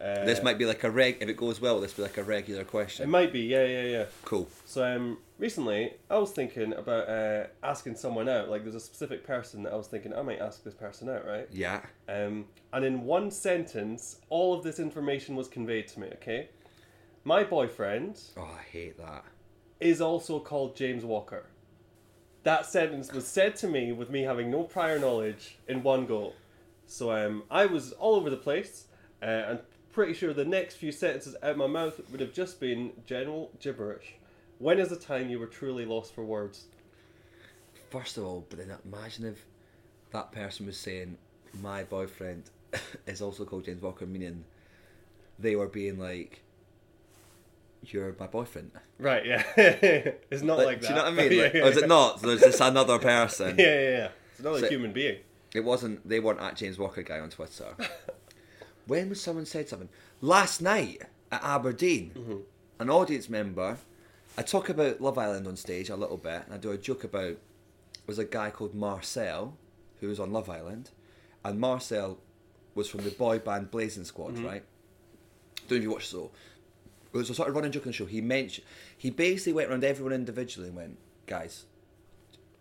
Speaker 2: Uh,
Speaker 3: This might be like a reg. If it goes well, this will be like a regular
Speaker 2: It
Speaker 3: question.
Speaker 2: might be. Yeah. Yeah. Yeah.
Speaker 3: cool.
Speaker 2: So um, recently, I was thinking about uh, asking someone out. Like, there's a specific person that I was thinking I might ask this person out, right?
Speaker 3: Yeah.
Speaker 2: Um, and in one sentence, all of this information was conveyed to me. Okay, my boyfriend
Speaker 3: Oh, I hate that.
Speaker 2: is also called James Walker. That sentence was said to me with me having no prior knowledge in one go. So um, I was all over the place, uh, and pretty sure the next few sentences out of my mouth would have just been general gibberish. When is the time you were truly lost for words?
Speaker 3: First of all, but then imagine if that person was saying, "My boyfriend is also called James Walker," meaning they were being like, "You're my boyfriend."
Speaker 2: Right, yeah. it's not like,
Speaker 3: Like,
Speaker 2: that.
Speaker 3: do you know what I mean?
Speaker 2: Yeah,
Speaker 3: Like,
Speaker 2: yeah,
Speaker 3: or is it
Speaker 2: yeah.
Speaker 3: not? There's just another person.
Speaker 2: Yeah, yeah, yeah. It's another
Speaker 3: So-
Speaker 2: human being.
Speaker 3: It wasn't. They weren't at James Walker guy on Twitter. when was someone said something last night at Aberdeen? An audience member. I talk about Love Island on stage a little bit, and I do a joke about was a guy called Marcel who was on Love Island, and Marcel was from the boy band Blazing Squad, right? Don't know if you watch the show. It was a sort of running joke on the show. He mentioned he basically went around everyone individually and went, guys,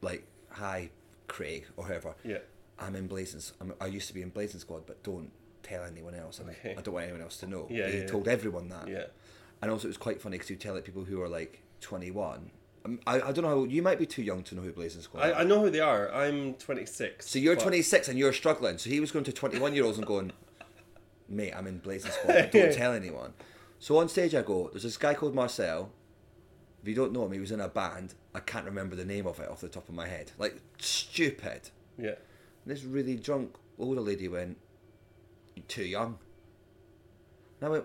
Speaker 3: like hi Craig or whoever.
Speaker 2: Yeah.
Speaker 3: I'm in Blazing. S- I'm, I used to be in Blazing Squad, but don't tell anyone else. I, mean,
Speaker 2: Okay.
Speaker 3: I don't want anyone else to know.
Speaker 2: Yeah,
Speaker 3: he
Speaker 2: yeah,
Speaker 3: told
Speaker 2: yeah.
Speaker 3: everyone that.
Speaker 2: Yeah.
Speaker 3: And also, it was quite funny because you tell it people who are like 21. Um, I, I don't know. How, you might be too young to know who Blazing Squad.
Speaker 2: I,
Speaker 3: are.
Speaker 2: I know who they are. I'm 26.
Speaker 3: so you're
Speaker 2: but-
Speaker 3: 26 and you're struggling. So he was going to 21 year olds and going, mate, I'm in Blazing Squad. But don't tell anyone. So on stage, I go. There's this guy called Marcel. If you don't know him, he was in a band. I can't remember the name of it off the top of my head. Like stupid.
Speaker 2: Yeah.
Speaker 3: And this really drunk older lady went, You're too young. And I went,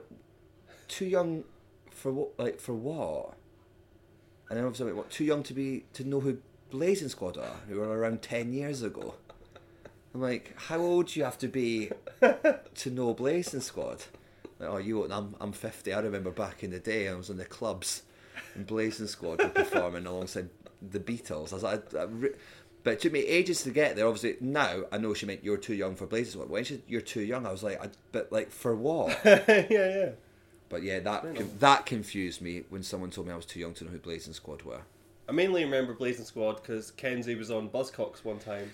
Speaker 3: Too young for what? Like, for what? And then obviously I went, What? Too young to be, to know who Blazing Squad are, who were around 10 years ago. I'm like, How old do you have to be to know Blazing Squad? Like, oh, you won't. I'm, I'm 50. I remember back in the day, I was in the clubs and Blazing Squad were performing alongside the Beatles. I was like, I, I re- but it took me ages to get there. Obviously, now I know she meant you're too young for Blazing Squad. When she said you're too young, I was like, I, but like for what?
Speaker 2: yeah, yeah.
Speaker 3: but yeah, that that confused me when someone told me I was too young to know who Blazing Squad were.
Speaker 2: I mainly remember Blazing Squad because Kenzie was on Buzzcocks one time.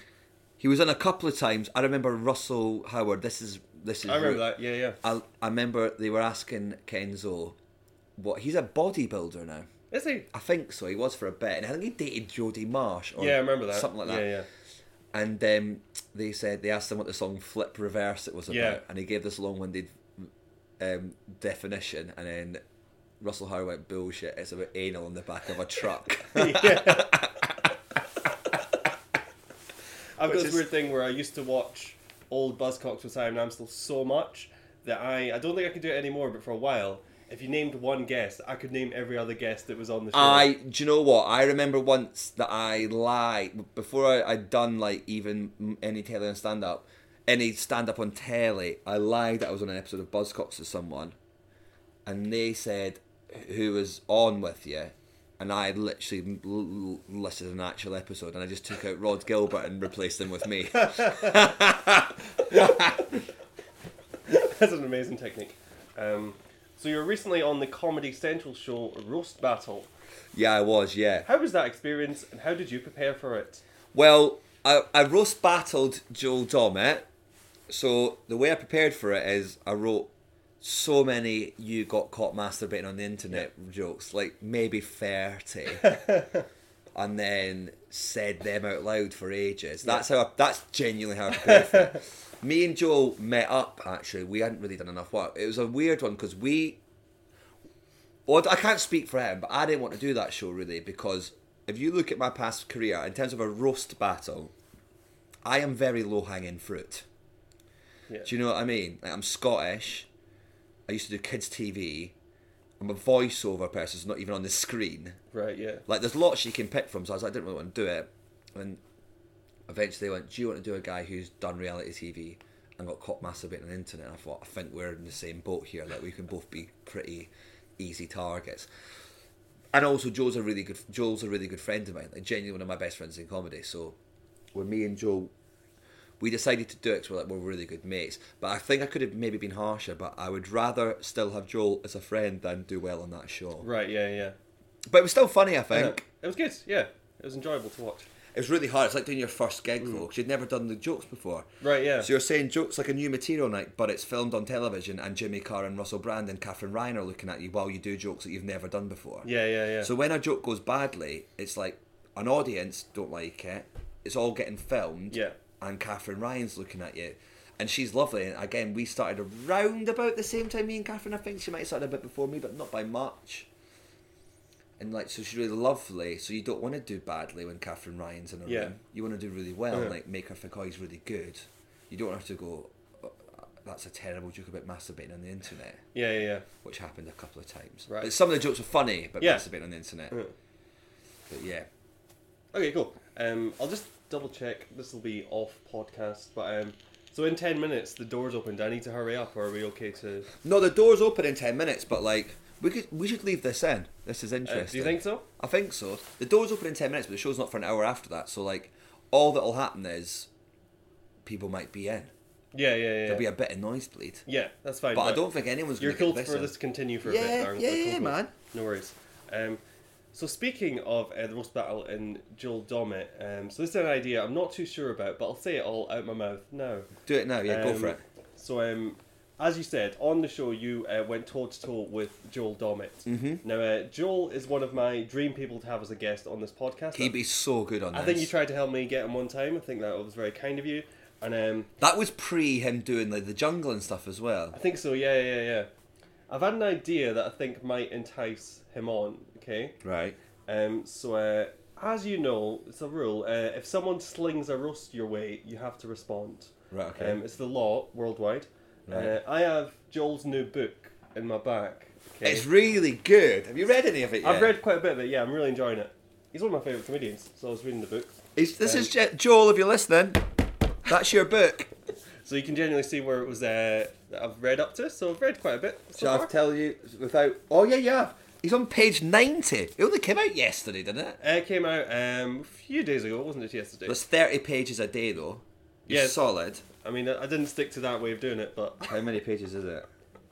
Speaker 3: He was on a couple of times. I remember Russell Howard. This is this is.
Speaker 2: I remember
Speaker 3: real-
Speaker 2: that. Yeah, yeah.
Speaker 3: Mm-hmm. I, I remember they were asking Kenzo, what he's a bodybuilder now.
Speaker 2: Is he?
Speaker 3: I think so. He was for a bit, and I think he dated Jodie Marsh. Or
Speaker 2: Yeah, I remember that.
Speaker 3: Something like that.
Speaker 2: Yeah, yeah.
Speaker 3: And um, they said they asked him what the song "Flip Reverse" it was about,
Speaker 2: Yeah.
Speaker 3: and he gave this long-winded um, definition, and then Russell Howard went bullshit. It's about anal on the back of a truck.
Speaker 2: I've got
Speaker 3: Which
Speaker 2: this
Speaker 3: is-
Speaker 2: weird thing where I used to watch old Buzzcocks with Simon Amstel so much that I, I don't think I can do it anymore, but for a while, if you named one guest, I could name every other guest that was on the show.
Speaker 3: I do you know what? I remember once that I lied before I, I'd done like even m- any telly and stand up, any stand up on telly. I lied that I was on an episode of Buzzcocks with someone, and they said who was on with you, and I literally l- l- listed an actual episode, and I just took out Rod Gilbert and replaced him with me.
Speaker 2: That's an amazing technique. Um, so you were recently on the Comedy Central show Roast Battle.
Speaker 3: yeah, I was. Yeah.
Speaker 2: How was that experience, and how did you prepare for it?
Speaker 3: Well, I, I roast battled Joel Dommett. So the way I prepared for it is I wrote so many you got caught masturbating on the internet jokes, like maybe 30. and then said them out loud for ages. That's how I, that's genuinely how I prepared for it. Me and Joel met up actually. We hadn't really done enough work. It was a weird one because we well, I can't speak for him, but I didn't want to do that show really because if you look at my past career in terms of a roast battle, I am very low hanging fruit.
Speaker 2: Yeah.
Speaker 3: Do you know what I mean? Like, I'm Scottish. I used to do kids' TV. I'm a voiceover person, so not even on the screen.
Speaker 2: Right, yeah.
Speaker 3: Like, there's lots you can pick from, so I was like, I didn't really want to do it. And eventually they went, Do you want to do a guy who's done reality TV and got caught masturbating on the internet? And I thought, I think we're in the same boat here. Like, we can both be pretty easy targets. And also, Joel's a really good Joel's a really good friend of mine. Like, genuinely one of my best friends in comedy. So, when me and Joel, we decided to do it 'cause we're like we're really good mates. But I think I could have maybe been harsher. But I would rather still have Joel as a friend than do well on that show.
Speaker 2: Right, yeah, yeah. Uh,
Speaker 3: But it was still funny. I think.
Speaker 2: It was good, yeah. It was enjoyable to watch.
Speaker 3: It was really hard. It's like doing your first gig though, because you'd never done the jokes before.
Speaker 2: Mm. Right, yeah.
Speaker 3: So you're saying jokes like a new material night, but it's filmed on television, and Jimmy Carr and Russell Brand and Catherine Ryan are looking at you while you do jokes that you've never done before.
Speaker 2: Yeah, yeah, yeah.
Speaker 3: So when a joke goes badly, it's like an audience don't like it. It's all getting filmed.
Speaker 2: Yeah.
Speaker 3: And Catherine Ryan's looking at you, and she's lovely. And again, we started around about the same time. Me and Catherine, I think she might have started a bit before me, but not by much. And like, so she's really lovely. So you don't want to do badly when Catherine Ryan's in a
Speaker 2: Yeah.
Speaker 3: room. You want to do really well,
Speaker 2: Yeah.
Speaker 3: and like make her think, oh, he's really good. You don't have to go. "Oh, That's a terrible joke about masturbating on the internet
Speaker 2: yeah, yeah, yeah.
Speaker 3: which happened a couple of times.
Speaker 2: Right.
Speaker 3: But some of the jokes were funny, but
Speaker 2: Yeah.
Speaker 3: that's a bit on the internet.
Speaker 2: Yeah.
Speaker 3: But yeah,
Speaker 2: Okay, cool. Um, I'll just double check. This will be off podcast, but um, so in ten minutes the doors open. Do I need to hurry up, or are we okay to? uh,
Speaker 3: no, the door's open in ten minutes, but like we could we should leave this in. This is
Speaker 2: Uh,
Speaker 3: interesting.
Speaker 2: do you think so?
Speaker 3: I think so. The door's open in ten minutes, but the show's not for an hour after that. So like, all that'll happen is people might be in.
Speaker 2: Yeah, yeah, yeah.
Speaker 3: There'll be a bit of nosebleed,
Speaker 2: yeah, that's fine.
Speaker 3: but I don't think anyone's.
Speaker 2: You're
Speaker 3: gonna
Speaker 2: cool
Speaker 3: get
Speaker 2: for
Speaker 3: in.
Speaker 2: this to continue for a
Speaker 3: Yeah,
Speaker 2: bit, Darren.
Speaker 3: yeah,
Speaker 2: Cool, cool,
Speaker 3: yeah,
Speaker 2: cool.
Speaker 3: man.
Speaker 2: No worries. Um, so speaking of uh, the roast battle and Joel Dommett, um, so this is an idea I'm not too sure about, but I'll say it all out my mouth now.
Speaker 3: Do it now. Oh, Yeah, go
Speaker 2: Um,
Speaker 3: for it.
Speaker 2: So, um, as you said on the show, you uh, went toe to toe with Joel Dommett. Mm-hmm. Now, uh, Joel is one of my dream people to have as a guest on this podcast.
Speaker 3: He'd be so good on
Speaker 2: I
Speaker 3: this.
Speaker 2: think you tried to help me get him one time. I think that was very kind of you. And um,
Speaker 3: That was pre him doing like the jungle and stuff as well.
Speaker 2: I think so. Yeah, yeah, yeah. I've had an idea that I think might entice him on. Okay.
Speaker 3: Right.
Speaker 2: Um. So, uh, as you know, it's a rule. Uh, if someone slings a roast your way, you have to respond.
Speaker 3: Right. Okay.
Speaker 2: Um, it's the law worldwide. Uh,
Speaker 3: Right.
Speaker 2: I have Joel's new book in my back. Okay?
Speaker 3: It's really good. Have you read any of it yet?
Speaker 2: I've read quite a bit of it. Yeah, I'm really enjoying it. He's one of my favourite comedians, so I was reading the book.
Speaker 3: Is, this
Speaker 2: Um,
Speaker 3: is Je- Joel. If you're listening, that's your book.
Speaker 2: So you can generally see where it was. Uh, that I've read up to, so I've read quite a bit. So
Speaker 3: Shall I
Speaker 2: far.
Speaker 3: tell you without? Oh yeah, yeah. He's on page ninety. It only came out yesterday, didn't it?
Speaker 2: Uh, it came out um, a few days ago, wasn't it? Yesterday.
Speaker 3: That's thirty pages a day though. It's
Speaker 2: Yes.
Speaker 3: solid.
Speaker 2: I mean, I I didn't stick to that way of doing it, but
Speaker 3: How many pages is it?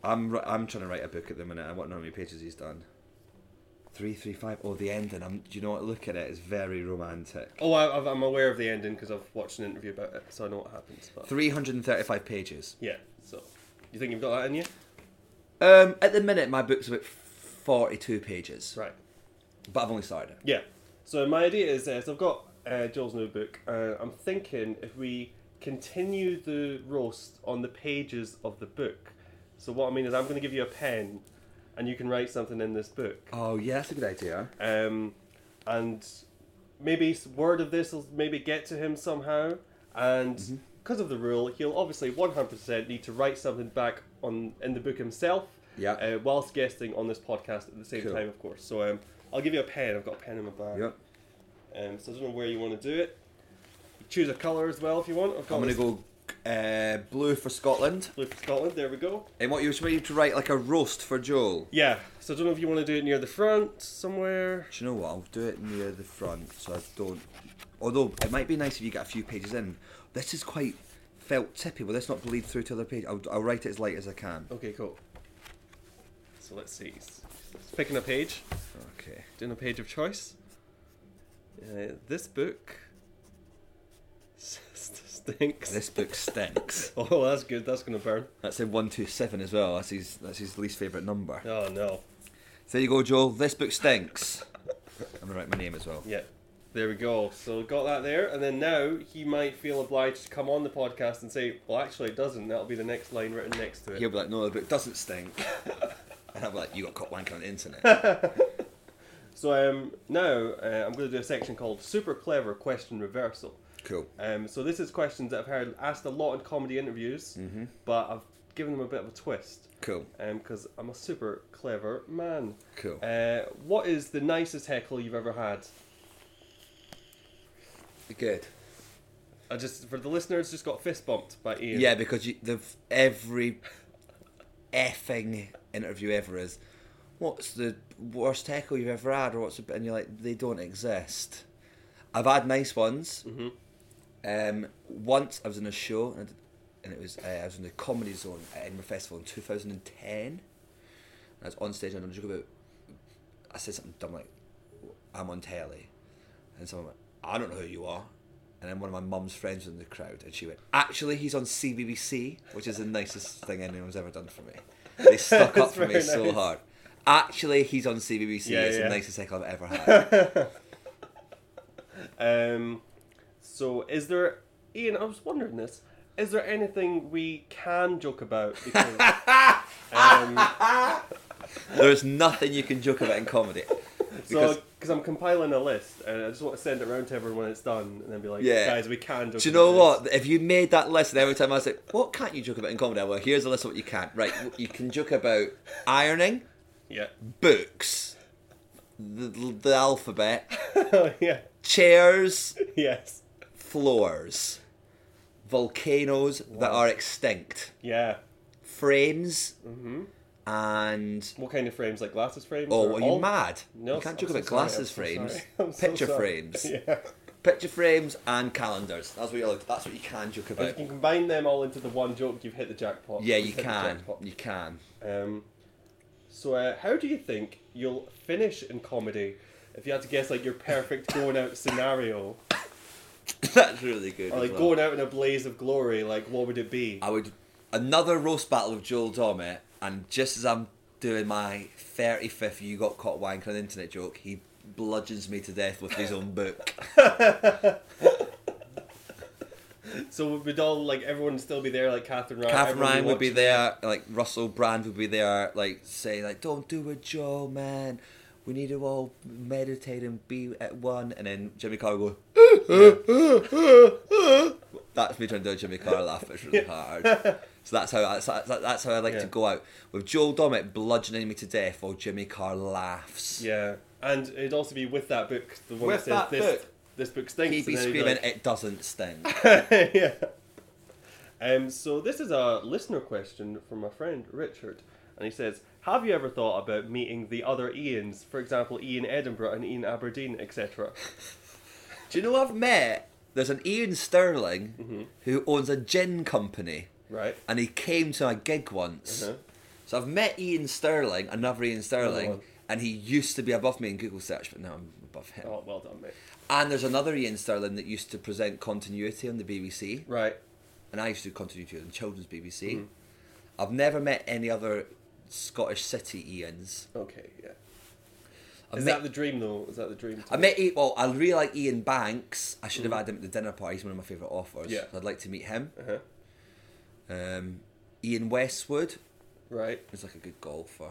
Speaker 3: I'm ri- I'm trying to write a book at the minute. I want to know how many pages he's done. Three, three, five. Oh, the ending. I'm. Do you know what? Look at it. It's very romantic.
Speaker 2: oh, I, I've- I'm aware of the ending because I've watched an interview about it, so I know what happens. But
Speaker 3: Three hundred and thirty-five pages.
Speaker 2: yeah, so you think you've got that in you?
Speaker 3: Um, at the minute, my book's about forty-two pages,
Speaker 2: Right.
Speaker 3: but I've only started it.
Speaker 2: Yeah. So my idea is this: I've got uh, Joel's notebook. Uh, I'm thinking if we continue the roast on the pages of the book. So what I mean is, I'm going to give you a pen, and you can write something in this book.
Speaker 3: Oh yeah, that's a good idea.
Speaker 2: Um, and maybe s- word of this will maybe get to him somehow. And
Speaker 3: Mm-hmm.
Speaker 2: because of the rule, he'll obviously 100% need to write something back on in the book himself.
Speaker 3: Yeah.
Speaker 2: Uh, whilst guesting on this podcast at the same
Speaker 3: Cool.
Speaker 2: time, of course. So um, I'll give you a pen. I've got a pen in my bag.
Speaker 3: Yep.
Speaker 2: Um, so I don't know where you want to do it. You choose a colour as well if you want. I've got
Speaker 3: I'm gonna
Speaker 2: this
Speaker 3: go uh, blue for Scotland.
Speaker 2: blue for Scotland. There we go.
Speaker 3: And what you were supposed to write like a roast for Joel.
Speaker 2: Yeah. So I don't know if you want to do it near the front somewhere.
Speaker 3: Do you know what? I'll do it near the front so I don't. Although it might be nice if you get a few pages in. This is quite felt tippy. Will this not bleed through to other page? I'll, I'll write it as light as I can.
Speaker 2: Okay, cool. So let's see. S- Picking a page.
Speaker 3: Okay.
Speaker 2: doing a page of choice. Uh, this book stinks.
Speaker 3: This book stinks.
Speaker 2: Oh, that's good. That's gonna burn.
Speaker 3: That's in one two seven as well. That's his. That's his least favorite number.
Speaker 2: Oh no.
Speaker 3: So there you go, Joel. This book stinks. I'm gonna write my name as well.
Speaker 2: Yeah. There we go. So got that there, and then now he might feel obliged to come on the podcast and say, "Well, actually, it doesn't." That'll be the next line written next to
Speaker 3: He'll
Speaker 2: it.
Speaker 3: be like, no, the book doesn't stink. and I'll be like, you got caught wanking on the internet.
Speaker 2: So um, now uh, I'm going to do a section called Super Clever Question Reversal.
Speaker 3: Cool.
Speaker 2: Um, so this is questions that I've heard asked a lot in comedy interviews, but I've given them a bit of a twist.
Speaker 3: Mm-hmm. Cool.
Speaker 2: Because um, I'm a super clever man.
Speaker 3: Cool.
Speaker 2: Uh, what is the nicest heckle you've ever had?
Speaker 3: Good.
Speaker 2: I just for the listeners, just got fist bumped by Ian.
Speaker 3: Yeah, because you, the every effing interview ever is, what's the worst heckle you've ever had, or what's the, and you're like they don't exist. I've had nice ones. Um, once I was in a show and, and it was uh, I was in the Comedy Zone at Edinburgh Festival in 2010. And I was on stage and I was joking about. I said something dumb like, "I'm on telly," and someone went, "I don't know who you are." And then one of my mum's friends was in the crowd, and she went, "Actually, he's on CBBC, which is the nicest thing anyone's ever done for me. They stuck up
Speaker 2: That's
Speaker 3: for me
Speaker 2: very
Speaker 3: so
Speaker 2: nice.
Speaker 3: hard. Actually, he's on CBBC.
Speaker 2: Yeah,
Speaker 3: it's
Speaker 2: yeah.
Speaker 3: the nicest heckle I've ever had.
Speaker 2: Um, so is there, Ian? I was wondering this. Is there anything we can joke about? Because um,
Speaker 3: There's nothing you can joke about in comedy."
Speaker 2: so because I'm compiling a list, and I just want to send it around to everyone when it's done, and then be like,
Speaker 3: Yeah.
Speaker 2: guys, we can joke.
Speaker 3: Do you know
Speaker 2: about this.
Speaker 3: what? If you made that list, and every time I say, "What can't you joke about in comedy?" Well, here's a list of what you can't. Right, you can joke about ironing, books, the, the alphabet,
Speaker 2: Yeah. yeah.
Speaker 3: chairs,
Speaker 2: Yes.
Speaker 3: floors, volcanoes that are extinct,
Speaker 2: Yeah.
Speaker 3: frames,
Speaker 2: Mm-hmm.
Speaker 3: and
Speaker 2: What kind of frames? Like glasses frames?
Speaker 3: oh,
Speaker 2: or
Speaker 3: are you
Speaker 2: all-
Speaker 3: mad?
Speaker 2: No,
Speaker 3: you can't
Speaker 2: I'm
Speaker 3: joke
Speaker 2: so
Speaker 3: about
Speaker 2: sorry, I'm
Speaker 3: glasses
Speaker 2: so
Speaker 3: frames,
Speaker 2: sorry. I'm so
Speaker 3: picture
Speaker 2: sorry.
Speaker 3: frames,
Speaker 2: Yeah.
Speaker 3: picture frames, and calendars. That's what you're. allowed- That's what you can joke
Speaker 2: If you
Speaker 3: about.
Speaker 2: can combine them all into the one joke, you've hit the jackpot.
Speaker 3: Yeah,
Speaker 2: You've
Speaker 3: you
Speaker 2: hit the
Speaker 3: can.
Speaker 2: jackpot.
Speaker 3: You can.
Speaker 2: Um, so, uh, how do you think you'll finish in comedy? If you had to guess, like your perfect going out scenario,
Speaker 3: That's really good.
Speaker 2: or
Speaker 3: as
Speaker 2: like
Speaker 3: well.
Speaker 2: going out in a blaze of glory, like what would it be?
Speaker 3: I would another roast battle with Joel Dommett, and just as I'm doing my 35th "You Got Caught Wanking on the Internet" joke, he bludgeons me to death with his own book.
Speaker 2: So would all like everyone still be there? Like Catherine Ryan.
Speaker 3: Catherine
Speaker 2: everyone
Speaker 3: Ryan would be
Speaker 2: watching?
Speaker 3: there, like Russell Brand would be there, like saying like, "Don't do it, Joel, man. We need to all meditate and be at one." And then Jimmy Carr would go. that's me trying to do a Jimmy Carr laugh. It's really hard. So that's how that's, that's how I like
Speaker 2: Yeah.
Speaker 3: to go out with Joel Dommett bludgeoning me to death while Jimmy Carr laughs.
Speaker 2: Yeah, and it'd also be with that book, the one
Speaker 3: With that
Speaker 2: that says this
Speaker 3: book.
Speaker 2: this book stinks.
Speaker 3: He'd be
Speaker 2: and then
Speaker 3: screaming,
Speaker 2: like-
Speaker 3: "It doesn't stink."
Speaker 2: yeah. Um, so this is a listener question from my friend Richard, and he says, "Have you ever thought about meeting the other Ians? For example, Ian Edinburgh and Ian Aberdeen, etc."
Speaker 3: Do you know what I've met? There's an Ian Sterling
Speaker 2: Mm-hmm.
Speaker 3: who owns a gin company.
Speaker 2: Right.
Speaker 3: and he came to my gig once.
Speaker 2: Uh-huh.
Speaker 3: So I've met Ian Sterling, another Ian Sterling,
Speaker 2: one.
Speaker 3: and he used to be above me in Google search, but now I'm above him.
Speaker 2: Oh, well done, mate.
Speaker 3: And there's another Ian Sterling that used to present continuity on the BBC,
Speaker 2: Right.
Speaker 3: and I used to do continuity on children's BBC.
Speaker 2: Hmm.
Speaker 3: I've never met any other Scottish city Ians.
Speaker 2: Okay. Yeah.
Speaker 3: I've
Speaker 2: Is
Speaker 3: met,
Speaker 2: that the dream though? Is that the dream?
Speaker 3: I met Ian, well, I really like Ian Banks. I should have had him at the dinner party. He's one of my favourite offers.
Speaker 2: Hmm. Yeah.
Speaker 3: I'd like to meet him.
Speaker 2: Uh-huh.
Speaker 3: Um, Ian Westwood
Speaker 2: Right.
Speaker 3: is like a good golfer.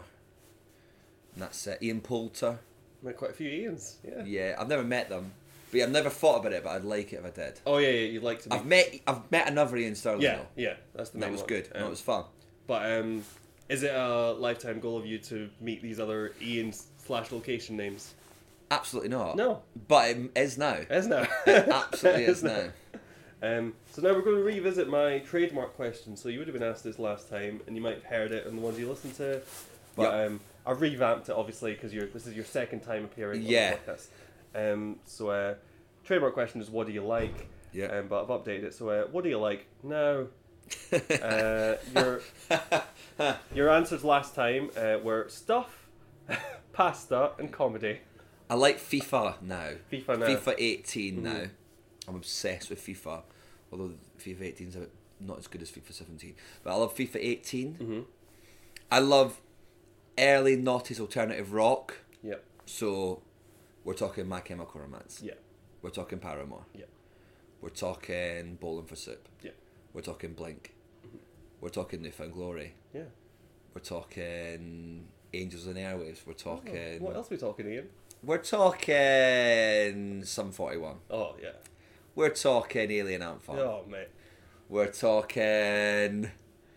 Speaker 3: And that's it. Ian Poulter.
Speaker 2: Met quite a few Ians. Yeah.
Speaker 3: Yeah, I've never met them, but yeah, I've never thought about it. But I'd like it if I did.
Speaker 2: Oh yeah, yeah. You'd like to meet?
Speaker 3: I've met I've met another Ian Sterling.
Speaker 2: yeah,
Speaker 3: though,
Speaker 2: yeah. That's the
Speaker 3: and that
Speaker 2: main
Speaker 3: was
Speaker 2: one.
Speaker 3: good.
Speaker 2: Um,
Speaker 3: That was fun.
Speaker 2: But um, is it a lifetime goal of you to meet these other Ian slash location names?
Speaker 3: Absolutely not.
Speaker 2: No.
Speaker 3: but it is now.
Speaker 2: Is now.
Speaker 3: It absolutely is now.
Speaker 2: Um, so now we're going to revisit my trademark question. So you would have been asked this last time, and you might have heard it on the ones you listened to. But
Speaker 3: Yep.
Speaker 2: um, I've revamped it obviously because this is your second time appearing
Speaker 3: Yeah.
Speaker 2: on the podcast. Um, so uh, trademark question is what do you like?
Speaker 3: Yeah.
Speaker 2: Um, but I've updated it. So uh, what do you like? No. uh, your your answers last time uh, were stuff, pasta, and comedy.
Speaker 3: I like FIFA now.
Speaker 2: FIFA now.
Speaker 3: FIFA 18 now.
Speaker 2: Mm-hmm.
Speaker 3: I'm obsessed with FIFA, although FIFA 18 is not as good as FIFA 17. But I love FIFA 18.
Speaker 2: Mm-hmm.
Speaker 3: I love early noughties alternative rock.
Speaker 2: Yep.
Speaker 3: So we're talking My Chemical Romance.
Speaker 2: Yeah.
Speaker 3: We're talking Paramore.
Speaker 2: Yeah.
Speaker 3: We're talking Bowling for Soup.
Speaker 2: Yeah. Mm-hmm.
Speaker 3: We're talking Blink. We're talking Newfound Glory.
Speaker 2: Yeah.
Speaker 3: We're talking Angels and Airwaves. We're talking
Speaker 2: What Oh, else are we talking, Ian?
Speaker 3: We're talking some 41.
Speaker 2: Oh yeah.
Speaker 3: We're talking Alien Ant Farm.
Speaker 2: Oh mate.
Speaker 3: We're talking.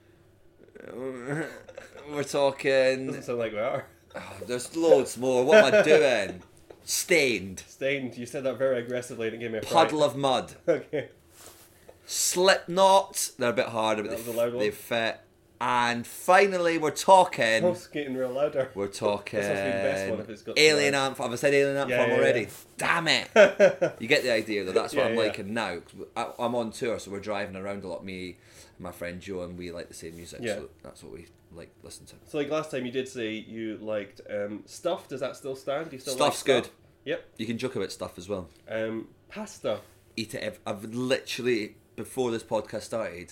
Speaker 3: We're talking.
Speaker 2: Doesn't sound like we are.
Speaker 3: Oh, there's loads more. What am I doing? Stained.
Speaker 2: Stained. You said that very aggressively and it gave me a fright.
Speaker 3: Puddle of mud.
Speaker 2: Okay.
Speaker 3: Slipknot. They're a bit harder, but
Speaker 2: That was
Speaker 3: they,
Speaker 2: a loud one.
Speaker 3: they fit. And finally, we're talking.
Speaker 2: I'm getting real louder.
Speaker 3: We're talking
Speaker 2: This must be the best one if it's got
Speaker 3: Alien
Speaker 2: some
Speaker 3: Ant Farm. Have I said Alien Ant
Speaker 2: Yeah,
Speaker 3: Farm
Speaker 2: yeah,
Speaker 3: already?
Speaker 2: yeah.
Speaker 3: Damn it! you get the idea though. That's what
Speaker 2: Yeah,
Speaker 3: I'm
Speaker 2: yeah.
Speaker 3: liking now. 'cause I, I'm on tour, so we're driving around a lot. Me, and my friend Joe, and we like the same music.
Speaker 2: Yeah.
Speaker 3: So that's what we like listen to.
Speaker 2: So like last time you did say you liked um, stuff. Does that still stand? Do you still
Speaker 3: Stuff's
Speaker 2: like
Speaker 3: good.
Speaker 2: stuff? Yep.
Speaker 3: You can joke about stuff as well.
Speaker 2: Um, pasta.
Speaker 3: Eat it. ev- I've literally before this podcast started,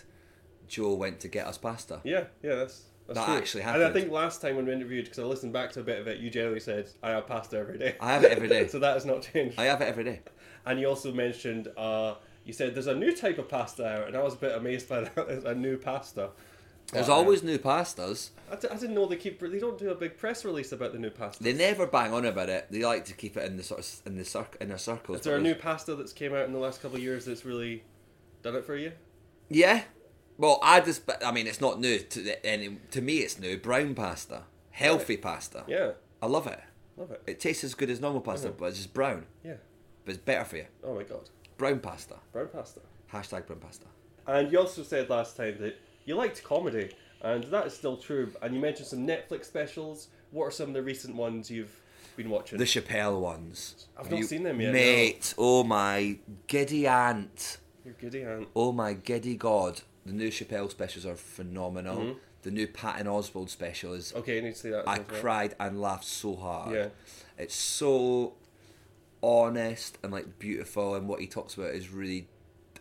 Speaker 3: Joe went to get us pasta.
Speaker 2: Yeah, yeah, that's that's
Speaker 3: That
Speaker 2: true.
Speaker 3: actually
Speaker 2: And I
Speaker 3: happened.
Speaker 2: think last time when we interviewed, because I listened back to a bit of it, you generally said I have pasta every day.
Speaker 3: I have it every day.
Speaker 2: so that has not changed.
Speaker 3: I have it every day.
Speaker 2: And you also mentioned uh, you said there's a new type of pasta out, and I was a bit amazed by that. There's a new pasta.
Speaker 3: There's
Speaker 2: But, uh,
Speaker 3: always new pastas.
Speaker 2: I, d- I didn't know they keep. They don't do a big press release about the new pasta.
Speaker 3: They never bang on about it. They like to keep it in the sort of in the circ in their circles.
Speaker 2: Is there a
Speaker 3: but
Speaker 2: new
Speaker 3: there's-
Speaker 2: pasta that's came out in the last couple of years that's really done it for you?
Speaker 3: Yeah. Well, I just, but, I mean, it's not new to the, any, to me. It's new brown pasta, healthy pasta.
Speaker 2: Yeah, Mm-hmm.
Speaker 3: I love it.
Speaker 2: love it.
Speaker 3: It tastes as good as normal pasta, but it's just brown.
Speaker 2: Yeah.
Speaker 3: But it's better for you.
Speaker 2: Oh my god,
Speaker 3: Brown pasta.
Speaker 2: brown pasta.
Speaker 3: Hashtag brown pasta.
Speaker 2: And you also said last time that you liked comedy, and that is still true. And you mentioned some Netflix specials. What are some of the recent ones you've been watching?
Speaker 3: The Chappelle ones.
Speaker 2: I've
Speaker 3: Have
Speaker 2: not seen them yet, no.
Speaker 3: mate. Oh my giddy aunt.
Speaker 2: You're giddy, and
Speaker 3: Oh my giddy god. The new Chappelle specials are phenomenal.
Speaker 2: Mm-hmm.
Speaker 3: The new Patton Oswald special is
Speaker 2: okay, I need to see that.
Speaker 3: I
Speaker 2: as well.
Speaker 3: cried and laughed so hard.
Speaker 2: Yeah.
Speaker 3: It's so honest and like beautiful, and what he talks about is really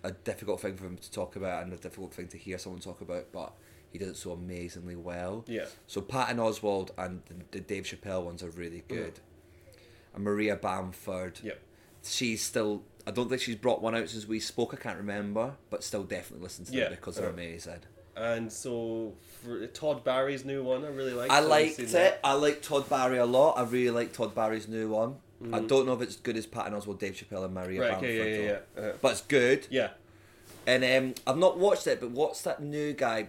Speaker 3: a difficult thing for him to talk about and a difficult thing to hear someone talk about, but he does it so amazingly well.
Speaker 2: Yeah.
Speaker 3: So Patton Oswald and the, the Dave Chappelle ones are really good. And Maria Bamford.
Speaker 2: Yep.
Speaker 3: She's still. I don't think she's brought one out since we spoke. I can't remember, but still definitely listen to
Speaker 2: Yeah.
Speaker 3: them because they're
Speaker 2: Uh-huh.
Speaker 3: amazing.
Speaker 2: And so for Todd Barry's new one, I really liked.
Speaker 3: I
Speaker 2: haven't
Speaker 3: liked
Speaker 2: seen
Speaker 3: it.
Speaker 2: that.
Speaker 3: I liked Todd Barry a lot. I really like Todd Barry's new one. I don't know if it's good as Patton Oswald, Dave Chappelle, and Maria
Speaker 2: Mm. Right,
Speaker 3: Bamford.
Speaker 2: okay, yeah, yeah,
Speaker 3: though.
Speaker 2: yeah. Uh,
Speaker 3: But it's good.
Speaker 2: yeah.
Speaker 3: And um, I've not watched it, but what's that new guy?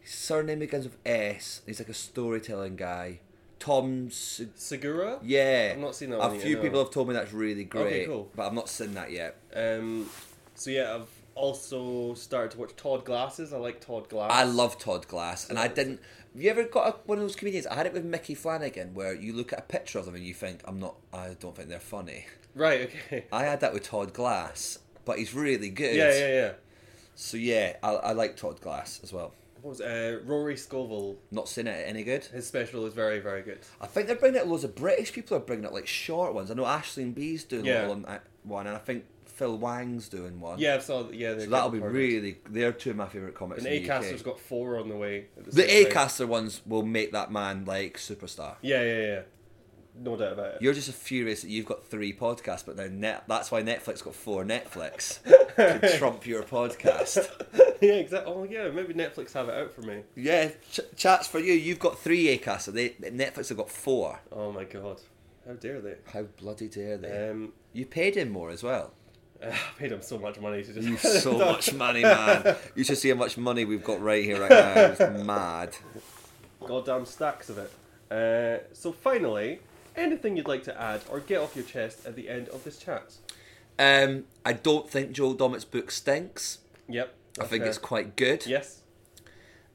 Speaker 3: His surname begins with S. He's like a storytelling guy. Tom. Seg-
Speaker 2: Segura.
Speaker 3: yeah.
Speaker 2: I've not seen that
Speaker 3: A
Speaker 2: one yet,
Speaker 3: few
Speaker 2: no.
Speaker 3: people have told me that's really great.
Speaker 2: cool.
Speaker 3: But I've not seen that yet.
Speaker 2: Um, so yeah, I've also started to watch Todd Glasses. I like Todd Glass.
Speaker 3: I love Todd Glass, and I didn't. Have you ever got a, one of those comedians? I had it with Mickey Flanagan, where you look at a picture of them and you think, "I'm not. I don't think they're funny."
Speaker 2: Right. Okay.
Speaker 3: I had that with Todd Glass, but he's really good.
Speaker 2: Yeah, yeah, yeah.
Speaker 3: So yeah, I, I like Todd Glass as well.
Speaker 2: What was uh, Rory Scovel?
Speaker 3: Not seen it any good.
Speaker 2: His special is very, very good.
Speaker 3: I think they're bringing out loads of British people are bringing out like short ones. I know Ashley and B's doing
Speaker 2: Yeah.
Speaker 3: one, uh, one, and I think Phil Wang's doing one.
Speaker 2: Yeah, I've saw. Yeah, they're
Speaker 3: so that'll be
Speaker 2: good.
Speaker 3: really. They're two of my favorite comics.
Speaker 2: And
Speaker 3: in the UK.
Speaker 2: Acaster's got four on the way. at
Speaker 3: The
Speaker 2: same time.
Speaker 3: Acaster ones will make that man like superstar.
Speaker 2: Yeah, yeah, yeah. No doubt about it.
Speaker 3: You're just furious that you've got three podcasts, but now net, that's why Netflix got four Netflix to trump your podcast.
Speaker 2: yeah, exactly. Oh, yeah. Maybe Netflix have it out for me.
Speaker 3: Yeah, ch- chats for you. You've got three Acast. so They Netflix have got four.
Speaker 2: Oh my god, how dare they?
Speaker 3: How bloody dare they?
Speaker 2: Um,
Speaker 3: you paid him more as well.
Speaker 2: I paid him so much money to just.
Speaker 3: You've so much money, man. You should see how much money we've got right here right now. It's mad.
Speaker 2: goddamn stacks of it. Uh, so finally, anything you'd like to add or get off your chest at the end of this chat?
Speaker 3: Um, I don't think Joel Dommett's book stinks.
Speaker 2: Yep.
Speaker 3: I think
Speaker 2: Okay.
Speaker 3: it's quite good.
Speaker 2: Yes.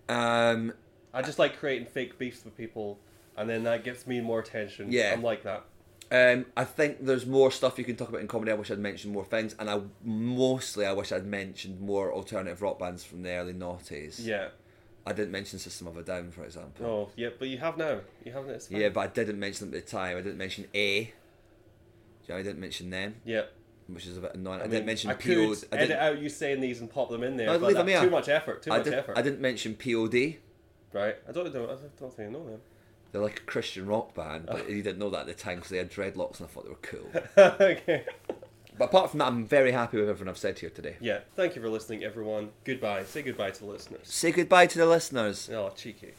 Speaker 3: Um,
Speaker 2: I just like creating fake beefs with people, and then that gets me more attention.
Speaker 3: Yeah.
Speaker 2: I'm like that.
Speaker 3: Um, I think there's more stuff you can talk about in comedy. I wish I'd mentioned more things, and I mostly I wish I'd mentioned more alternative rock bands from the early noughties.
Speaker 2: Yeah.
Speaker 3: I didn't mention System of a Down, for example.
Speaker 2: Oh, yeah. But you have now. You haven't. It's fine.
Speaker 3: Yeah, but I didn't mention them at the time. I didn't mention A. Do you know, I didn't mention them,
Speaker 2: Yeah.
Speaker 3: which is a bit annoying. I,
Speaker 2: I
Speaker 3: didn't
Speaker 2: mean,
Speaker 3: mention
Speaker 2: I could
Speaker 3: POD. I
Speaker 2: edit
Speaker 3: didn't,
Speaker 2: out you saying these and pop them in there.
Speaker 3: No,
Speaker 2: but
Speaker 3: leave them
Speaker 2: that-
Speaker 3: here.
Speaker 2: Too much effort. Too
Speaker 3: I,
Speaker 2: much
Speaker 3: did,
Speaker 2: effort.
Speaker 3: I didn't mention POD.
Speaker 2: Right. I don't know. I don't think I know them.
Speaker 3: They're like a Christian rock band, but you didn't know that at the time because they had dreadlocks and I thought they were cool.
Speaker 2: okay.
Speaker 3: but apart from that, I'm very happy with everything I've said here today.
Speaker 2: Yeah. Thank you for listening, everyone. Goodbye. Say goodbye to the listeners.
Speaker 3: Say goodbye to the listeners.
Speaker 2: Oh, cheeky.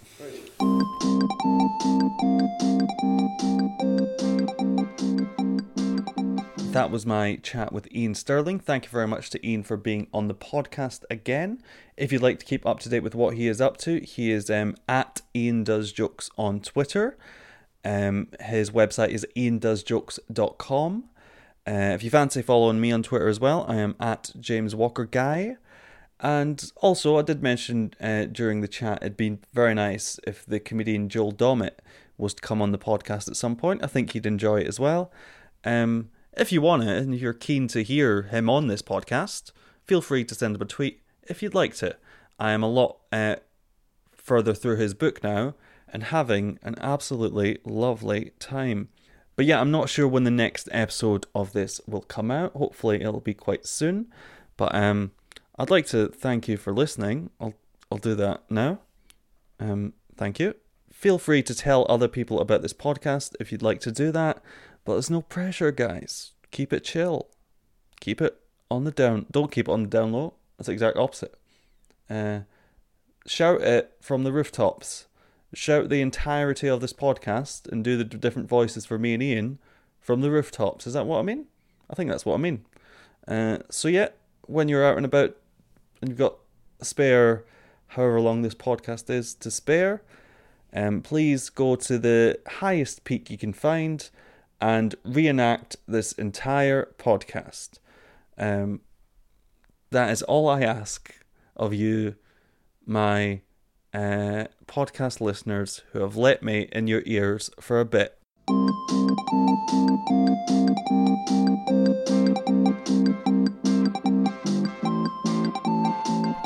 Speaker 1: That was my chat with Ian Sterling. Thank you very much to Ian for being on the podcast again. If you'd like to keep up to date with what he is up to, he is um, at Ian Does Jokes on Twitter. Um, his website is iandoesjokes.com. Uh, if you fancy following me on Twitter as well, I am at James Walker Guy. And also, I did mention uh, during the chat, it'd be very nice if the comedian Joel Dommett was to come on the podcast at some point. I think he'd enjoy it as well. Um, if you want it and if you're keen to hear him on this podcast, feel free to send him a tweet if you'd like to. I am a lot uh, further through his book now and having an absolutely lovely time. But yeah, I'm not sure when the next episode of this will come out. Hopefully, it'll be quite soon. But um, I'd like to thank you for listening. I'll I'll do that now. Um, thank you. Feel free to tell other people about this podcast if you'd like to do that. But there's no pressure, guys. Keep it chill. Keep it on the down. Don't keep it on the down low. That's the exact opposite. Uh, shout it from the rooftops. Shout the entirety of this podcast and do the d- different voices for me and Ian from the rooftops. Is that what I mean? I think that's what I mean. Uh, so yeah, when you're out and about and you've got a spare, however long this podcast is to spare, um, please go to the highest peak you can find and reenact this entire podcast. Um, that is all I ask of you, my uh, podcast listeners who have let me in your ears for a bit.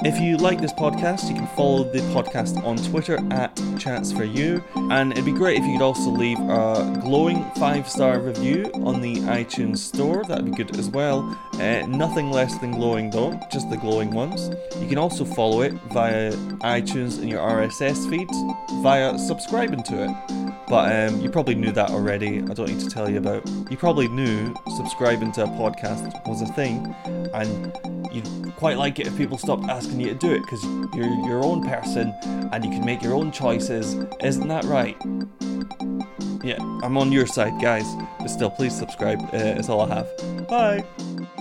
Speaker 1: If you like this podcast, you can follow the podcast on Twitter at Chats for You, and it'd be great if you could also leave a glowing five star review on the iTunes Store. That'd be good as well. Uh, nothing less than glowing though, just the glowing ones. You can also follow it via iTunes in your RSS feed via subscribing to it. But um, you probably knew that already. I don't need to tell you about. You probably knew subscribing to a podcast was a thing, and you'd quite like it if people stopped asking you to do it because you're your own person and you can make your own choices. Isn't that right? Yeah, I'm on your side, guys. But still, please subscribe. Uh, it's all I have. Bye.